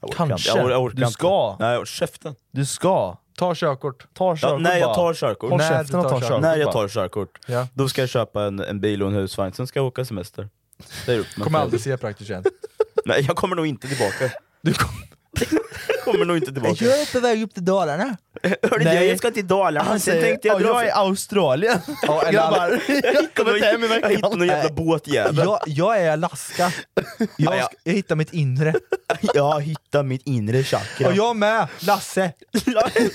S4: Jag orkar
S5: Kanske.
S4: inte. Jag or- jag orkar
S5: Du
S4: inte.
S5: ska.
S4: Nej, jag- käften.
S5: Du ska.
S3: Ta körkort.
S5: Ta körkort
S4: Ja, nej, jag
S5: bara.
S4: tar körkort.
S5: Håll
S3: När
S5: käften
S3: du tar
S5: och ta
S3: körkort.
S5: körkort.
S4: När jag
S5: bara.
S4: tar körkort,
S3: Ja.
S4: då ska jag köpa en, en bil och en husvagn, sen ska jag åka semester. Det är upp med
S3: Kommer
S4: mig.
S3: aldrig se praktiskt igen.
S4: Nej, jag kommer nog inte tillbaka.
S3: Du kommer...
S4: Jag kommer nog inte tillbaka.
S3: är på väg upp till Dalarna.
S4: Hörde
S5: Nej.
S4: du, jag ska till Dalarna,
S5: Han
S4: sen
S5: säger
S4: tänkte jag
S5: jag,
S4: dra...
S5: jag är i Australien. [laughs]
S3: Ja, eller-
S5: Grabbar, jag kommer inte hem i
S4: Jag hittade
S5: veckan.
S4: någon jävla båtjävel.
S3: Jag, jag är i Alaska. Jag, ska, jag hittar mitt inre.
S4: Jag hittade mitt inre chakra.
S3: Och jag med, Lasse.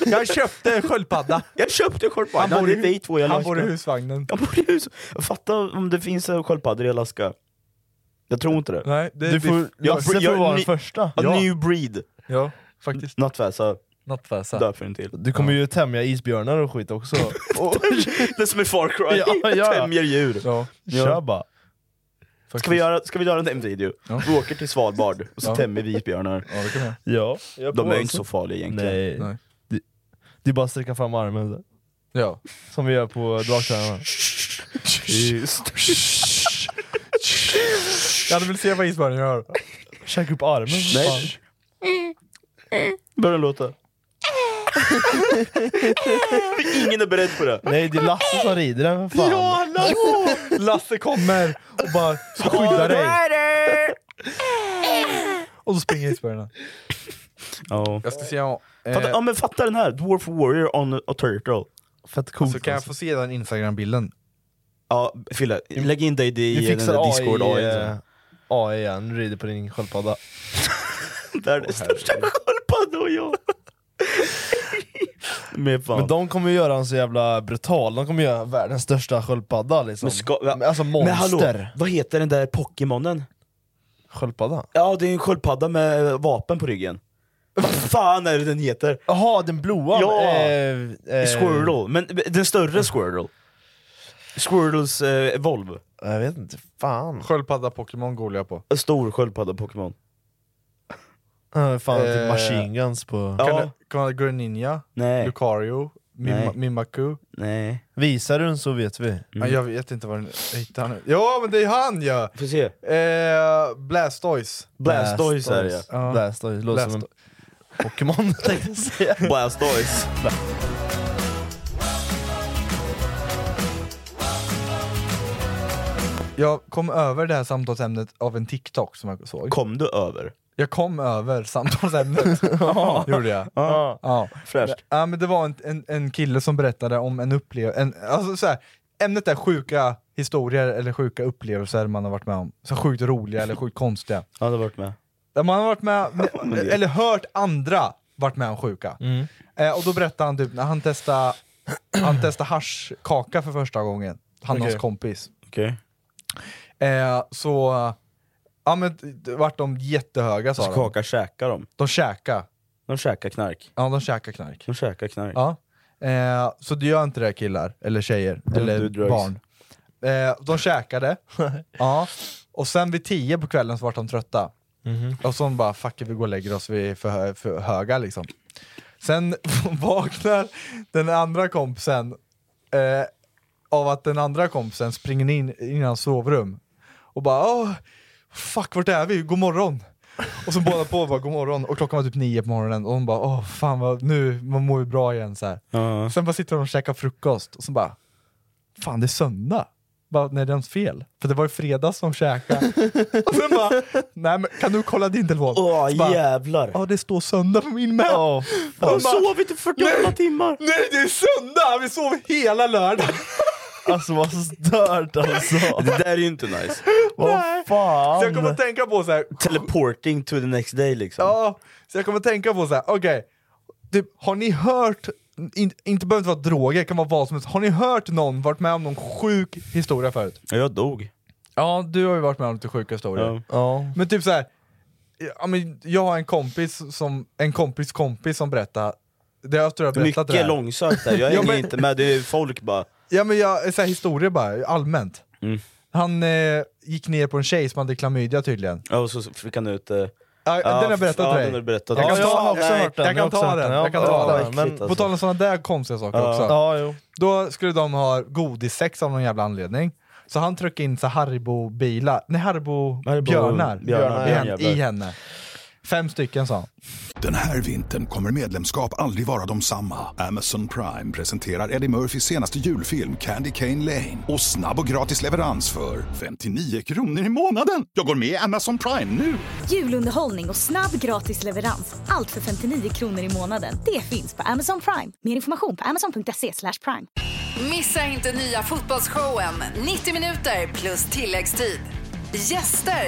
S3: Jag köpte sköldpadda.
S4: Jag köpte sköldpadda,
S3: Han bor i-
S4: det är vi två i
S3: Han
S4: Alaska.
S3: bor i husvagnen.
S4: Jag bor i hus. Fatta om det finns eh, sköldpaddor i Alaska. Jag tror inte det.
S3: Nej, det,
S5: Du får,
S4: jag-
S5: Lasse får
S4: jag-
S5: vara den
S4: ni-
S5: första.
S4: A new breed.
S3: Ja, faktiskt.
S4: Nattfäsa,
S3: Nattfäsa.
S4: döper den till.
S5: Du kommer ju tämja isbjörnar och skit också. Och,
S4: [laughs] Det är som i Far Cry,
S5: Ja, ja,
S4: [laughs]
S5: ja.
S4: tämjer djur.
S3: Ja,
S5: kör bara.
S3: faktiskt.
S4: Ska vi, göra, ska vi göra en video? Vi åker till Svalbard och så
S3: Ja.
S4: tämjer vi isbjörnar.
S3: Ja, det kan vi göra.
S5: Ja, jag
S4: De
S5: på
S4: är ju
S5: alltså.
S4: inte så farliga egentligen.
S5: Nej.
S3: Nej.
S5: Det, det är bara att sträcka fram armen så.
S3: Ja.
S5: Som vi gör på dragkärrorna. Just.
S3: Jag hade velat se vad isbjörnen gör.
S5: Käka upp armen. Nej.
S4: Nej. Börjar den låta? [laughs] Ingen är beredd på det.
S5: Nej, det är Lasse som rider den för fan.
S3: Lasse! Lasse kommer och bara ska skydda dig. Och så springer isbjörnen.
S4: Ja.
S3: Jag ska se om... eh,
S4: Fatta, ja, men fatta den här, Dwarf Warrior on a Turtle.
S5: Fett coolt.
S3: så kan jag
S5: alltså.
S3: få se den instagram-bilden?
S4: Ja, Fille, lägg in dig
S5: Vi
S4: i den
S5: fixar AI,
S4: där Discord AI.
S5: eh, AI igen, du rider på din sköldpadda.
S4: Det är det största sköldpadda och [laughs] jag. Men fan.
S5: Men de kommer ju göra en så jävla brutal, de kommer göra världens största sköldpadda liksom.
S4: Men ska-
S5: Men alltså monster.
S4: Men hallå, vad heter den där Pokémonen?
S5: Sköldpadda?
S4: Ja, det är en sköldpadda med eh, vapen på ryggen. Vad fan är det den heter?
S5: Jaha, den blåa?
S4: Ja.
S5: Eh, eh,
S4: eh, Squirtle, men den större Squirtle. Squirtles eh, Evolve.
S5: Jag vet inte, fan.
S3: Sköldpadda Pokémon googlar jag på.
S4: En stor sköldpadda-Pokémon.
S5: Ja, Fan, typ
S3: Eh.
S5: machine guns på...
S4: Ja.
S3: Kan du, kan du Greninja?
S4: Nej.
S3: Lucario? Mim-
S4: Nej.
S3: Mimikyu?
S4: Nej.
S5: Visar du den så vet vi.
S3: Ja, jag vet inte vad den hittar nu. Ja men det är han ja!
S4: Får se.
S3: Eh, Blastoise.
S4: Blastoise är det
S5: ja. Blastoise, låter som en
S4: [laughs]
S5: Pokémon tänkte jag säga.
S4: ja. Blastoise.
S3: [laughs] Jag kom över det här samtalsämnet av en TikTok som jag såg.
S4: Kom du över?
S3: Jag kom över samtalsämnet. [laughs] Gjorde jag.
S4: [laughs] Ja.
S3: Ja.
S4: Fräscht.
S3: Ja, men det var en, en, en kille som berättade om en upplevelse, alltså så här, ämnet är sjuka historier eller sjuka upplevelser man har varit med om. Så sjukt roliga eller sjukt konstiga.
S4: Ja, du har varit med.
S3: Där man har varit med, eller hört andra varit med om sjuka. Eh, och då berättade han typ när han testade, han testade haschkaka för första gången, han och hans
S4: Okej.
S3: kompis.
S4: Okej.
S3: Eh, så, ja men det vart de jättehöga sa
S4: Så
S3: de.
S4: kakar käkar de.
S3: De käkade,
S4: De käkar knark.
S3: ja de käkade knark.
S4: De käkar knark.
S3: Ja. Eh, så du gör inte det killar, eller tjejer,
S4: do
S3: eller
S4: drugs.
S3: barn. Eh, de käkade, ja. och sen vid tio på kvällen så vart de trötta. Och så de bara, fuck it, vi går och lägger oss, vi är för, hö- för höga liksom. Sen [laughs] vaknar den andra kompisen eh, av att den andra kompisen springer in i hans sovrum och bara Åh, fuck vart är vi? God morgon! Och så båda på och bara god morgon och klockan var typ nio på morgonen och hon bara åh fan vad, nu man mår ju bra igen så här.
S4: Ja.
S3: Sen bara sitter de och käkar frukost och så bara fan det är söndag. Bara, nej det är ens fel, för det var ju fredags som käkade. [laughs] och sen bara nej men kan du kolla din telefon?
S4: Åh
S3: Så bara,
S4: jävlar!
S3: Ja det står söndag på min med.
S5: Åh,
S4: de har
S3: bara-
S4: sovit i 48 timmar!
S3: Nej det är söndag! Vi sov hela lördagen!
S5: alltså vad stört alltså!
S4: [laughs] Det där är ju inte nice.
S5: Vad fan!
S3: Så jag kommer att tänka på så här,
S4: Teleporting to the next day liksom.
S3: Ja, så jag kommer att tänka på så här. okej, typ, har ni hört, in, inte behöver inte vara droger, det kan vara vad som helst, har ni hört någon varit med om någon sjuk historia förut?
S4: Ja, Jag dog.
S3: Ja, du har ju varit med om lite sjuka historier.
S4: Ja.
S5: Ja.
S3: Men typ så här, ja, men jag har en kompis som, en kompis kompis som berättade, det har jag tror jag berättat det
S4: Mycket
S3: här.
S4: långsökt där, [laughs] jag
S3: Ja,
S4: hänger
S3: men-
S4: inte med, det är folk bara
S3: Ja men jag, så här, historier bara, allmänt.
S4: Mm.
S3: Han eh, gick ner på en tjej som hade klamydia tydligen.
S4: Ja, och så fick han ut... eh,
S3: Ja, den har jag berättat
S4: ja,
S3: till dig.
S4: den har du berättat.
S3: Jag kan
S5: Ja, jag har
S3: ta,
S5: också
S3: nej,
S5: hört den,
S3: jag
S5: jag har
S3: kan ta
S5: också hört
S3: den.
S5: den.
S3: Jag kan
S5: Ja,
S3: ta den.
S5: verkligt,
S3: Men
S4: alltså.
S3: på tal om sådana där konstiga saker också.
S5: Ja, jo.
S3: Då skulle de ha godissex av någon jävla anledning. Så han tryckte in så Haribo-bilar, nej Haribo-björnar
S4: björnar,
S3: i,
S4: ja,
S3: henne,
S4: jävlar.
S3: i henne. Fem stycken sa han.
S1: Den här vintern kommer medlemskap aldrig vara de samma. Amazon Prime presenterar Eddie Murphys senaste julfilm Candy Cane Lane. Och snabb och gratis leverans för 59 kronor i månaden. Jag går med i Amazon Prime nu!
S2: Julunderhållning och snabb gratis leverans. Allt för 59 kronor i månaden. Det finns på Amazon Prime. Mer information på amazon.se slash prime.
S7: Missa inte nya fotbollsshowen 90 minuter plus tilläggstid. Gäster,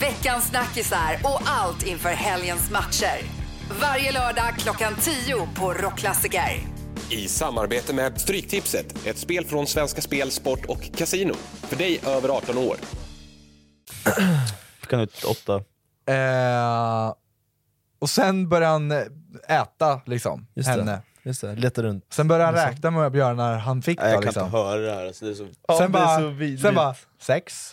S7: veckans snackisar och allt inför helgens matcher. Varje lördag klockan 10 på Rockklassiker.
S8: I samarbete med Stryktipset, ett spel från Svenska Spel, Sport och Casino. För dig över 18 år.
S4: Fick han ut åtta.
S3: Eh, och sen började han eh, äta liksom,
S5: Just det.
S3: henne.
S5: Just det, leta runt.
S3: Sen började han räkna med hur många björnar han fick.
S4: Nej, jag
S3: då,
S4: kan
S3: liksom.
S4: inte höra det här. Alltså, det är så...
S5: Ja,
S3: sen,
S5: det är
S3: bara,
S5: så vidrigt.
S3: sen bara, sex?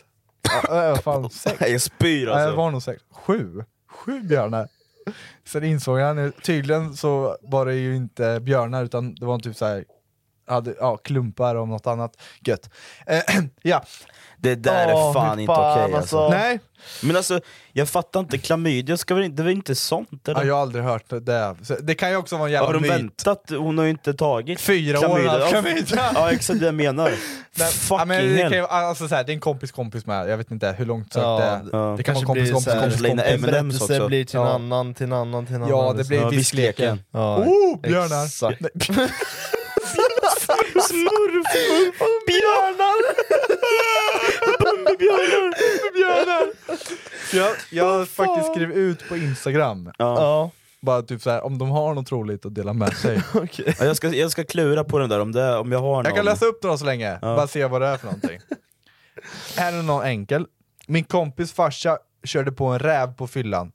S3: Ja, eh, fan, sex?
S4: Nej, jag spyr
S3: Nej, det
S4: alltså.
S3: var nog sex. Sju? Sju björnar? Sen insåg han, tydligen så var det ju inte björnar utan det var en typ så här hade, ja, klumpar och något annat gött. Eh, [clears throat] ja.
S4: Det där
S5: Ja,
S4: är fan
S5: fy
S4: inte okej
S5: fan,
S4: alltså.
S5: alltså.
S3: Nej,
S4: Men alltså, jag fattar inte, klamydia ska väl inte, det var inte sånt eller?
S3: ja, jag har aldrig hört det. Så Det kan ju också vara en
S4: har
S3: jävla
S4: de
S3: myt.
S4: väntat? Hon har ju inte tagit
S3: Fyra år av
S4: Ja,
S3: klamydia.
S4: alltså. Ja exakt det jag menar.
S3: Men-
S4: Fucking
S3: ja, men det,
S4: hell.
S3: kan ju, alltså, så här, det är en kompis kompis med, jag vet inte hur långt sökt
S5: Ja,
S3: det är. Det kan vara
S5: kanske
S3: kompis
S5: blir
S3: kompis
S5: så här-
S3: kompis
S4: Lena
S3: kompis.
S4: M&Ms
S5: En berättelse
S4: också.
S5: blir till en
S3: Ja.
S5: annan, till en annan, till en annan.
S3: Ja, det
S5: liksom.
S3: blir
S4: Ja,
S3: viskleken.
S4: viskleken.
S5: Ja,
S3: Oh, björnar!
S5: exakt.
S3: Nej.
S4: Björnar! Björnar!
S3: Jag, jag har faktiskt skrivit ut på Instagram,
S5: Ja.
S3: bara typ så här, om de har något roligt att dela med sig.
S4: Ja, Jag ska, jag ska klura på den där om, det, om jag har någon.
S3: Jag kan läsa upp några så länge, bara se vad det är för någonting. här är någon enkel. Min kompis farsa körde på en räv på fyllan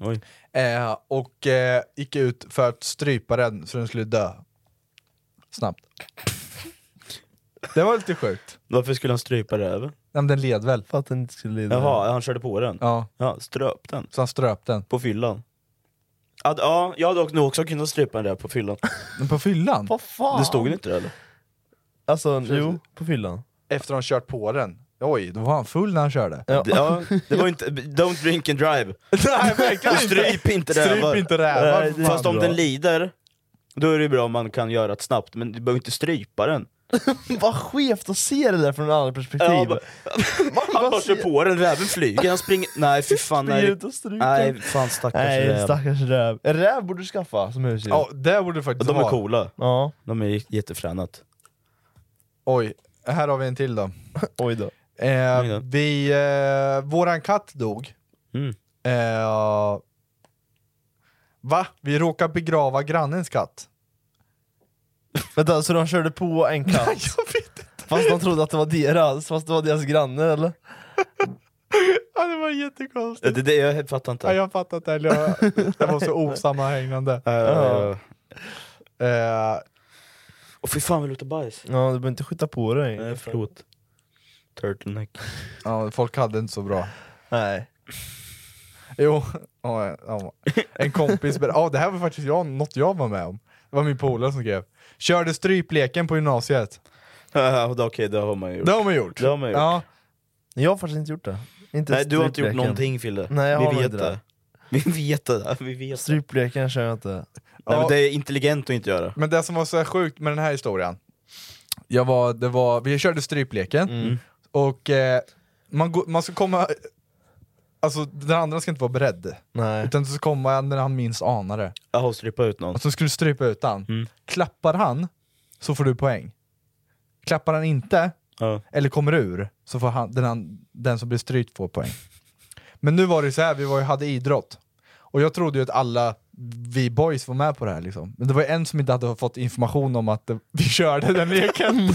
S4: Oj.
S3: eh, och eh, gick ut för att strypa den så den skulle dö. Snabbt. Det var lite sjukt.
S4: Varför skulle han strypa röven?
S3: Nej, men den led väl?
S5: För att den inte skulle lida.
S4: Jaha, han körde på den?
S3: Ja,
S4: Ja, ströp den.
S3: så han ströp den.
S4: På fyllan. Att, ja, jag hade nog också kunnat strypa en räv på fyllan.
S3: Men på fyllan?
S5: Vad fan?
S4: Det stod inte det eller?
S5: Alltså, jo, på fyllan.
S3: Efter de kört på den. Oj, då var han full när han körde.
S5: Ja.
S4: Det- Ja, det var inte, don't drink and drive.
S3: [laughs] Nej, verkligen
S4: Och stryp inte rävar.
S3: Stryp inte rävar.
S4: Nej,
S3: för fan.
S4: Fast om den lider, då är det bra om man kan göra det snabbt, men du behöver inte strypa den.
S5: Vad skevt att se det där från en annan perspektiv.
S4: Ja, bara- Han bara kör på den, räven flyger, han springer... Nej fy fan,
S5: Spring
S4: nej.
S5: ut och stryk
S4: Nej
S5: den.
S4: fan stackars
S5: Nej,
S4: räv.
S5: stackars räv. En räv borde du skaffa som husdjur.
S3: Ja, det borde du faktiskt
S4: De är
S3: vara.
S4: coola,
S5: Ja,
S4: de är jättefränat.
S3: Oj, här har vi en till då.
S5: oj då.
S4: Oj
S3: Eh,
S4: då.
S3: vi, eh, våran katt dog.
S4: Mm.
S3: Eh, va? Vi råkade begrava grannens katt. [laughs]
S5: Vänta, så de körde på en katt?
S3: Jag vet inte.
S5: fast de trodde att det var deras, fast det var deras granne [laughs] eller?
S3: Ja, det var jättekonstigt.
S4: Det, det, jag fattar
S3: Ja,
S4: inte.
S3: jag fattar inte heller.
S4: [laughs]
S3: Jag- Det var så osammanhängande.
S4: Ja, ja, ja.
S3: Eh,
S4: Och fy fan, vi luktar bajs.
S5: Ja, du behöver inte skjuta på dig.
S4: Nej, förlåt. Turtleneck.
S3: ja, folk hade inte så bra.
S5: Nej.
S3: Jo, ja, ja. en kompis ber- ja, det här var faktiskt jag, något jag var med om. Det var min polare som skrev. Körde strypleken på gymnasiet.
S4: [laughs] Ja, Okej, det har man ju gjort.
S3: Det har man gjort.
S4: Det har man gjort.
S3: Ja,
S5: Jag har faktiskt inte gjort det. Inte
S4: Nej, du har inte gjort
S5: strypleken.
S4: någonting Fille.
S5: Nej, jag har
S4: vi
S5: nog
S4: vet
S5: inte
S4: det.
S5: det.
S4: [laughs] Vi vet det. Vi vet det.
S5: Strypleken kör jag inte.
S4: Nej,
S3: Ja.
S4: men det är intelligent att inte göra.
S3: Men det som var så här sjukt med den här historien, jag var, det var, vi körde strypleken, och eh, man, går- man ska komma... Alltså den andra ska inte vara beredd,
S5: Nej.
S3: utan så kommer han när han minst anar det.
S4: Jaha, strypa ut någon.
S3: Och så skulle du strypa ut han. Klappar han, så får du poäng. Klappar han inte,
S4: Ja.
S3: eller kommer ur, så får han, den, han, den som blir strypt får poäng. Men nu var det så här, vi var, ju- hade idrott, och jag trodde ju att alla vi boys var med på det här liksom. Men det var ju en som inte hade fått information om att eh, vi [laughs] körde den leken.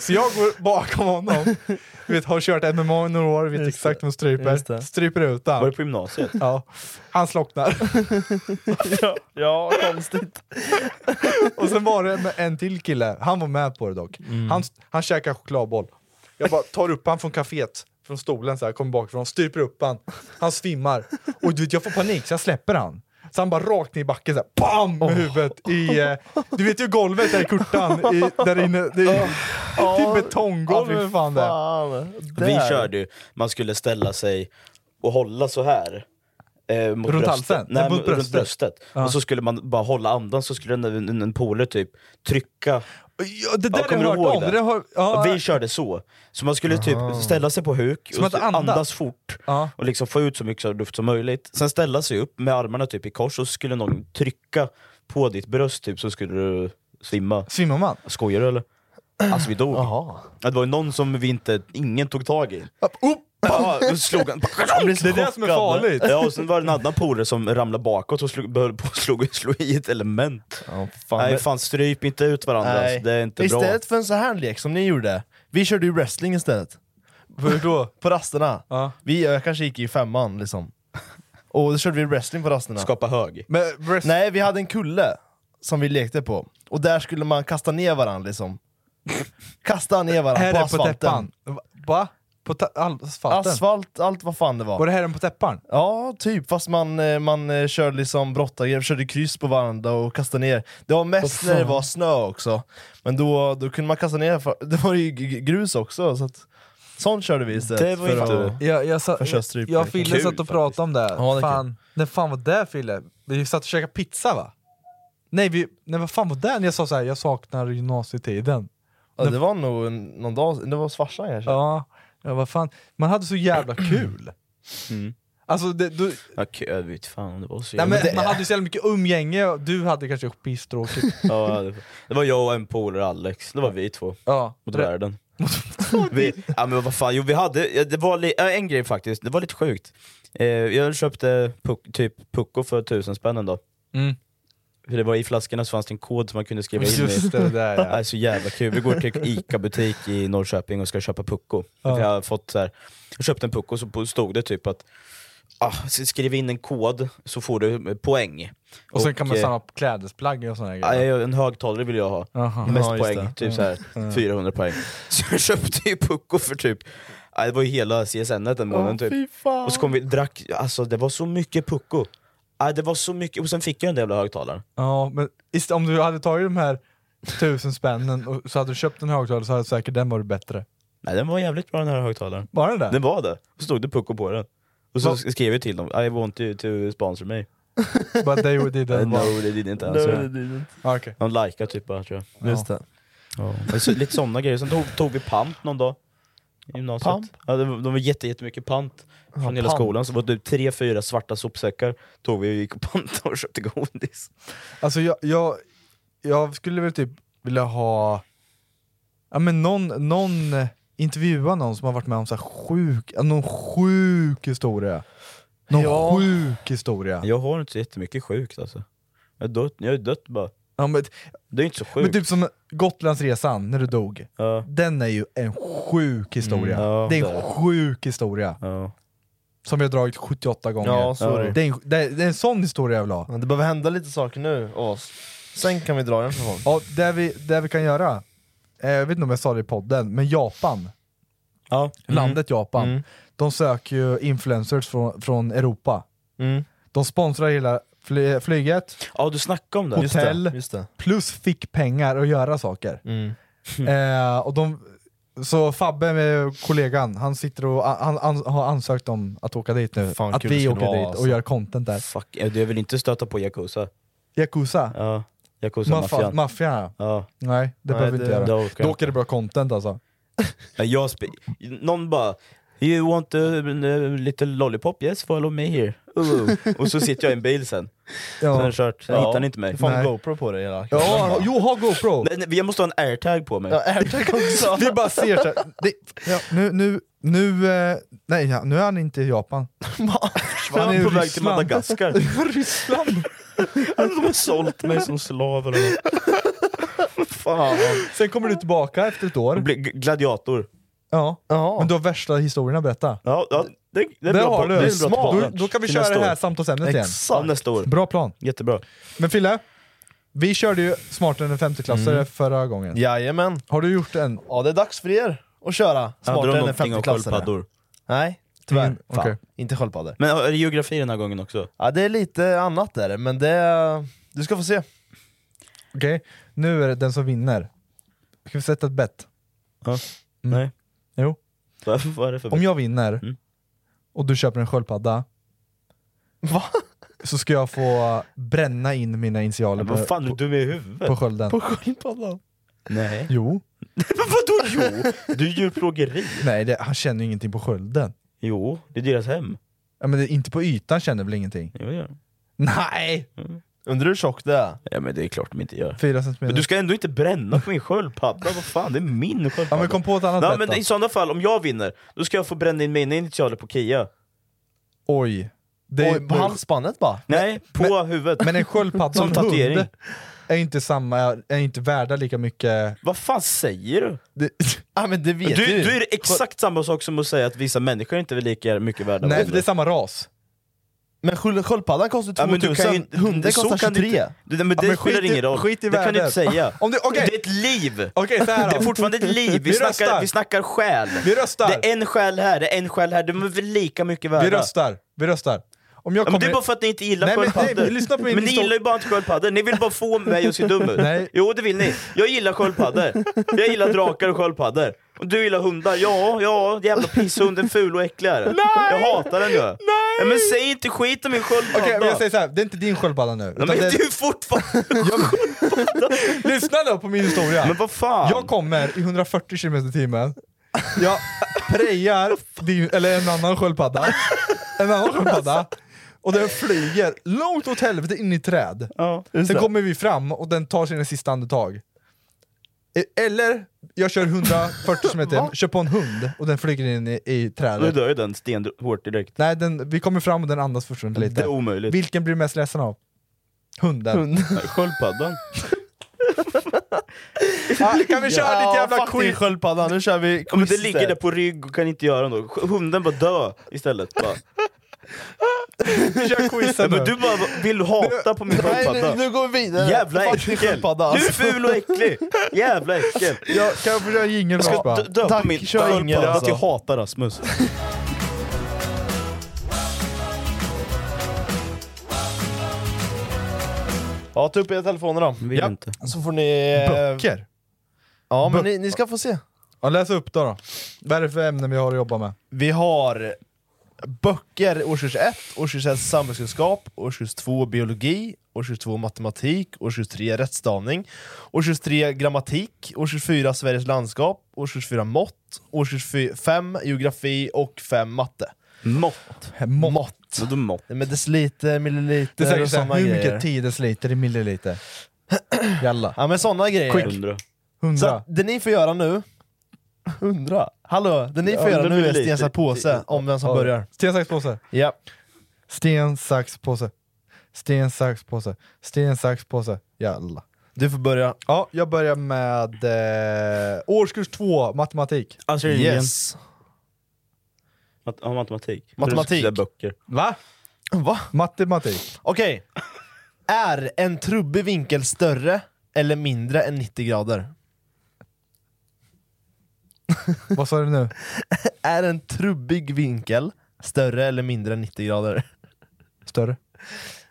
S3: så jag går bakom honom, Vi vet, har kört MMA i några år, vet
S5: Just
S3: exakt hur
S5: det.
S3: man
S5: Just
S3: stryper,
S5: det.
S3: stryper ut
S4: Var
S3: han.
S4: det på
S3: [laughs]
S4: gymnasiet?
S3: Ja. Han slocknar.
S5: [laughs] ja, konstigt.
S3: Och sen var det med en till kille, han var med på det dock. Han, han käkar chokladboll. Jag bara tar upp han från kaféet, från stolen så här, kommer bakifrån, stryper upp han. Han svimmar. Och du vet, jag får panik så jag släpper han. Så han bara rakt ner i backen så här, BAM! Med huvudet i... Eh, du vet ju golvet där i kurtan, i, där inne. Det är till betonggolv för fan det.
S5: Fan.
S4: Vi körde ju, man skulle ställa sig och hålla så här. Eh, mot
S3: Runt halsen?
S4: bröstet. Nej,
S3: Nej, mot
S4: mot runt
S3: bröstet.
S4: bröstet. Och så skulle man bara hålla andan, så skulle en, en, en polare typ trycka.
S3: Ja, det där
S4: Ja,
S3: har
S4: kommer
S3: jag
S4: du
S3: hört
S4: ihåg
S3: om. Det?
S4: det?
S3: där har, ja, eh,
S4: Vi körde så. Så man skulle typ ställa sig på huk
S3: Som
S4: och
S3: att
S4: typ
S3: andas.
S4: andas fort.
S3: Ja.
S4: Och liksom få ut så mycket luft som möjligt. Sen ställa sig upp med armarna typ i kors och så skulle någon trycka på ditt bröst typ så skulle du svimma.
S3: Svimmar man?
S4: Skojar du eller? Alltså vi dog.
S5: Jaha.
S4: Ja, Det var ju någon som vi inte, ingen tog tag i.
S3: Oh,
S4: Ja, då slog
S5: [laughs]
S4: han.
S3: det är det som är farligt.
S4: Ja, och sen var det en annan polare som ramlade bakåt och slog, höll på att slå, slå i ett element.
S5: Ja, fan.
S4: Nej
S5: men-
S4: fan, stryp inte ut varandra.
S5: Nej.
S4: Alltså, det är inte
S5: istället för en så här lek som ni gjorde, vi körde ju wrestling istället.
S3: Hur då?
S5: På rasterna.
S3: Ja.
S5: Vi, jag kanske gick i femman liksom. Och då körde vi wrestling på rasterna.
S4: bra. Skapa hög.
S3: Men, rest-
S5: Nej, vi hade en kulle som vi lekte på. Och där skulle man kasta ner varandra liksom. Kasta ner varandra
S3: här
S5: på
S3: är på
S5: asfalten.
S3: täppan. Va? På ta- all- asfalten?
S5: Asfalt, allt vad fan det var.
S3: Var det herren på täpparen?
S5: Ja, typ. Fast man, eh, man eh, körde liksom brottargrepp, körde kryss på varandra och kastade ner. Det var mest när det var snö också. Men då, då kunde man kasta ner, för, [laughs] det var ju g- grus också. Så att, sånt körde vi istället.
S4: Det var
S5: för
S4: inte-
S5: att-
S3: Jag, jag, sa,
S5: Första strypning.
S3: jag och Fille
S4: Kul,
S3: satt och
S4: faktiskt.
S3: pratade om det.
S5: det är
S3: fan, när fan var det Fille? Vi satt och käkade pizza va? Nej, vi, nej vad fan var det? När Jag sa så här, jag saknar gymnasietiden.
S5: ja, det var nog en, någon dag, det var hos farsan kanske.
S3: Ja, ja, vad fan. Man hade så jävla kul. Alltså, det, du,
S4: Okej, jag vet fan om det var så
S3: nej,
S4: jävla-
S3: men man hade ju så jävla mycket umgänge, och du hade kanske pisstråkigt.
S4: ja, det, det var jag och en polare, Alex, det var vi två
S3: [laughs] ja,
S4: mot världen vi, ja men vad fan, jo vi hade, ja, det var li, ja, en grej faktiskt, det var lite sjukt eh, Jag köpte puck, typ pucko för tusen spänn en dag
S3: Mm.
S4: För det var i flaskorna så fanns det en kod som man kunde skriva in i
S3: Just det, det
S4: Ja,
S3: där
S4: Det
S3: ja. [laughs]
S4: är så jävla kul. Vi går till ICA-butik i Norrköping och ska köpa pucko. För Jag, har fått så här, jag köpte en pucko så på- stod det typ att ah, skriv in en kod så får du poäng.
S3: Och sen kan man
S4: eh,
S3: samla på klädesplagg och sådana
S4: ja,
S3: grejer.
S4: jag- En högtalare vill jag ha.
S3: Aha.
S4: Mest
S5: Ja, just
S4: poäng,
S5: det. Mm.
S4: typ så här, 400 poäng. [laughs] Så jag köpte ju pucko för typ, ah, det var ju hela CSN den månaden typ. Och så kom vi drack, alltså det var så mycket pucko. Ah, det var så mycket, och sen fick jag den där jävla högtalaren.
S3: Ja, men ist- om du hade tagit de här tusen spännen och så hade du köpt en högtalare så hade säkert den varit bättre.
S4: Nej den var jävligt bra den här högtalaren.
S3: Var den det?
S4: Den var det, och så stod det pucko på den. Och så skrev jag till dem, I want you to sponsor me.
S3: But they
S4: [laughs]
S3: did
S4: Uh,
S3: it.
S4: no they didn't
S5: Det
S4: answer.
S5: var det inte.
S3: Ja, Ah, okej.
S4: De likade typ bara tror jag.
S5: Just det.
S4: Och Så, lite sådana grejer. Sen tog, tog vi pant någon dag. i Gymnasiet.
S5: Pamp?
S4: Ja, det var- de var jätte, jättemycket pant från hela
S5: pamp.
S4: skolan. Så var det typ tre, fyra svarta sopsäckar tog vi och gick och pantade och köpte godis.
S3: Alltså jag, jag, jag skulle väl typ vilja ha, ja men någon, någon eh, intervjua någon som har varit med om så här sjuk, ja, någon sjuk historia. Någon
S5: Ja.
S3: sjuk historia.
S4: Jag har inte så jättemycket sjukt alltså. Jag är dött, jag är dött bara.
S3: Ja, men,
S4: Det är inte så sjukt.
S3: men typ som Gotlandsresan när du dog,
S4: Ja,
S3: den är ju en sjuk historia.
S4: Mm, ja,
S3: det är
S4: det
S3: en
S4: är det.
S3: sjuk historia
S4: ja.
S3: som vi har dragit 78 gånger.
S5: Ja, så är det.
S3: det, är en, det, är, det är en sån historia jag vill ha.
S5: Men det behöver hända lite saker nu av oss. Sen kan vi dra den för folk.
S3: Ja, det, vi, det vi kan göra, eh, jag vet inte om jag sa det i podden, men Japan.
S4: ja.
S3: landet Japan, de söker ju influencers från, från Europa.
S5: Mm.
S3: De sponsrar hela fly, flyget,
S4: ja du snackade om det.
S5: Just det.
S3: hotell,
S5: Just det.
S3: plus fick pengar att göra saker.
S5: Mm.
S3: [laughs] Eh, och de, så Fabbe, med kollegan, han, sitter och, han, han har ansökt om att åka dit nu.
S5: Fan,
S3: att
S5: kul det
S3: vi
S5: skulle
S3: åker
S5: vara,
S3: dit och
S5: alltså.
S3: gör content där.
S4: Fuck, jag vill inte stöta på Yakuza.
S3: Yakuza,
S4: Ja,
S3: Maffa-
S4: Yakuza-maffian.
S3: maffian ja.
S4: Ja.
S3: Nej, det
S5: Nej,
S3: behöver vi
S5: det-
S3: inte göra.
S4: det
S3: Då
S4: orkar
S3: åker,
S4: jag
S3: det bra content alltså.
S4: Men jag spe- någon bara You want a, a little lollipop? Yes, follow me here. Ooh. Och så sitter jag i en bil sen, sen har
S3: Ja,
S4: jag kört, sen
S5: Ja.
S4: hittar ni inte mig.
S5: Du får ha en
S3: Nej.
S5: GoPro på dig hela
S3: ja jo, ha GoPro!
S4: Nej, nej, jag måste ha en airtag på mig.
S5: Ja, airtag också!
S3: Vi bara ser såhär, det, ja, nu, nu, nu, eh, nej ja, nu är han inte i Japan.
S4: jag
S3: han är
S4: är på väg
S3: i
S4: till
S3: Ryssland.
S4: Madagaskar.
S3: [laughs] Ryssland!
S4: alltså, de har sålt mig som slav eller något. Fan.
S3: Sen kommer du tillbaka efter ett
S4: Jag
S3: år.
S4: blir g- gladiator.
S3: Ja.
S5: Ja.
S3: Men du har värsta historierna att berätta.
S4: Ja, ja, det, det är
S3: Det
S4: bra
S3: har
S4: på-
S3: du.
S4: det är bra
S3: Smart.
S4: på
S3: Då,
S4: banan.
S3: då kan vi
S4: Till
S3: köra
S4: nästa
S3: det här
S4: år.
S3: samtalsämnet igen.
S4: Ja, nästa år.
S3: Bra plan.
S4: Jättebra.
S3: Men Fille, vi körde ju smartare än 50-klassare
S4: Mm.
S3: förra gången.
S5: Jajamän!
S3: Har du gjort en?
S5: Ja, det är dags för er att köra
S4: Hade
S5: smartare
S4: de
S5: än en
S4: någonting om
S5: 50-klassare.
S4: sköldpaddor?
S5: Nej, tyvärr.
S3: Mm,
S5: Fan,
S3: okej.
S5: Inte sköldpaddor.
S4: Men är det geografi den här gången också?
S5: Ja, det är lite annat där, men det... Du ska få se.
S3: Okej, nu är det den som vinner. Ska vi sätta ett bett?
S4: Nej.
S3: Jo.
S4: Vad vad är det för
S3: Om jag vinner
S4: Mm.
S3: och du köper en sköldpadda,
S5: Va?
S3: så ska jag få bränna in mina initialer
S4: Men
S3: på,
S4: Vad fan, är du dum i huvudet?
S3: på skölden.
S5: På sköldpaddan.
S3: [laughs]
S4: Nej.
S3: Jo.
S4: Men vadå jo? Du är djurplågeri.
S3: Nej, det, han känner ju ingenting på skölden.
S4: Jo, det är deras hem.
S3: Ja, men det, inte på ytan känner väl ingenting?
S4: Jo, ja.
S3: Nej!
S5: Undrar hur tjockt det är?
S4: ja men det är klart de inte gör.
S3: Fyra centimeter.
S4: Men du ska ändå inte bränna på min sköldpadda, vad fan det är min
S3: Ja
S4: sköldpadda.
S3: men kom på ett annat
S4: Ja,
S3: bett
S4: men
S3: då.
S4: i sådana fall, om jag vinner, då ska jag få bränna in mina initialer på Kia.
S3: Oj. Det är,
S5: Oj, på halsspannet bara?
S4: Nej, på huvudet.
S3: Men en sköldpadda och en
S4: Som tatuering.
S3: hund är inte, samma, är inte värda lika mycket...
S4: Vad fan säger du?
S3: Det,
S5: [laughs] Ja, men det vet
S4: Du, du är exakt samma sak som att säga att vissa människor inte är lika mycket värda.
S3: nej, för
S4: varandra.
S3: det är samma ras.
S5: Men sköld- sköldpaddan kostar
S4: Ja, men du
S5: 2000,
S4: kan ju,
S5: hunden
S4: så
S5: kostar
S4: kan du
S5: 23.
S4: inte- Du, nej, men det
S3: men
S4: spelar
S3: skit i-
S4: ingen roll.
S3: skit i
S4: det kan du
S3: världen.
S4: inte säga.
S3: Om du- okej.
S4: Det är ett liv!
S3: Okej,
S4: [laughs]
S3: så här
S4: det är
S3: då.
S4: fortfarande ett liv. Vi,
S3: Vi
S4: snackar,
S3: röstar.
S4: vi snackar själ.
S3: Vi röstar.
S4: Det är en själ här, det är en själ här. De är väl lika mycket värda?
S3: Vi röstar, vi röstar. Om jag
S4: Ja, men det är
S3: kommer...
S4: bara för att ni inte gillar
S3: Nej, men-
S4: sköldpaddor.
S3: nej, men lyssna på min
S4: men ni
S3: histor-
S4: gillar ju bara inte sköldpaddor, ni vill bara få mig att se dum ut.
S3: Nej.
S4: Jo, det vill ni. Jag gillar sköldpaddor. Jag gillar drakar och sköldpaddor. Och du gillar hundar. Ja, ja, jävla pisshunden, ful och äcklig är den. Jag hatar den ju. Nej! men säg inte skit om min sköldpadda.
S3: Okej, men jag säger så här. det är inte din sköldpadda nu.
S4: Ja,
S3: utan
S4: men
S3: det...
S4: det är ju fortfarande sköldpadda.
S3: [laughs] Lyssna då på min historia.
S4: Men vad fan?
S3: Jag kommer i 140 km i timmen, jag prejar din, eller en annan sköldpadda, en annan sköldpadda, och den flyger långt åt helvete in i ett träd.
S4: Ja.
S3: Sen kommer vi fram och den tar sina sista andetag. E- Eller, jag kör 140 km i timmen, kör på en hund och den flyger in i, i
S4: Nu
S3: trädet.
S4: dör ju den stenhårt direkt.
S3: Nej, den, vi kommer fram och den andas fortfarande lite.
S4: Det är omöjligt.
S3: Vilken blir du mest ledsen av? Hunden.
S4: Sköldpaddan.
S3: Ah, kan vi köra ditt jävla
S5: fuck din
S3: quiz?
S5: sköldpadda, nu kör vi
S4: Ja, men det
S5: quiz
S4: ligger där på rygg och kan inte göra något. Hunden bara dö istället. Bara.
S3: Vi kör
S4: Ja,
S3: quizen
S4: men
S3: nu.
S4: du bara, vill du hata på min
S5: Nej
S4: sköldpadda?
S5: nu, nu går vi vidare!
S4: Jävla
S5: Fuck din
S4: äckel!
S5: sköldpadda,
S4: Du är
S5: alltså.
S4: ful och äcklig! Jävla äckel!
S3: Jag kan jag få köra jingel
S4: Jag ska
S3: bara?
S4: d- döpa
S5: Tack,
S4: min
S5: kör ingen,
S4: sköldpadda
S5: alltså.
S4: till Hata Rasmus.
S5: Ja, ta upp era telefoner då.
S4: Vill
S3: Ja.
S4: inte.
S5: Så får ni... eh,
S3: Böcker?
S5: Ja, men ni, ni ska få se.
S3: Ja, läs upp då, då. Vad är det för ämnen vi har att jobba med?
S5: Vi har böcker årskurs 1, årskurs 1 samhällskunskap, årskurs 2 biologi, årskurs 2 matematik, årskurs 3 rättstavning, årskurs 3 grammatik, årskurs 4 Sveriges landskap, årskurs 4 mått, årskurs 5 geografi och 5 matte.
S4: Mått.
S5: Mått.
S4: Vadå mått?
S5: Det är med deciliter,
S3: Det är
S5: milliliter
S3: säkert
S5: och
S3: såhär,
S5: sådana
S3: hur mycket
S5: grejer.
S3: tid det sliter i milliliter? [clears throat] Jalla.
S5: Ja men sådana grejer.
S4: Undra.
S5: Så
S3: Hundra.
S5: att det ni får göra nu... Hundra? Hallå, det ni får göra
S4: hundra
S5: nu är
S4: milliliter.
S5: sten, sax, påse om vem som
S3: Ja.
S5: börjar.
S3: Sten, sax, påse.
S5: Ja.
S3: Sten, sax, påse. Sten, sax, påse. Sten, sax, påse. Jalla.
S5: Du får börja.
S3: Ja, jag börjar med eh, årskurs två, matematik.
S4: Alltså,
S5: Yes.
S4: Mat- ja, matematik.
S5: Matematik.
S4: Jag trodde du skulle säga böcker.
S3: Va?
S5: Va?
S3: Matematik.
S5: Okej. Är en trubbig vinkel större eller mindre än 90 grader?
S3: Vad sa du nu? [laughs]
S5: Är en trubbig vinkel större eller mindre än 90 grader?
S3: Större.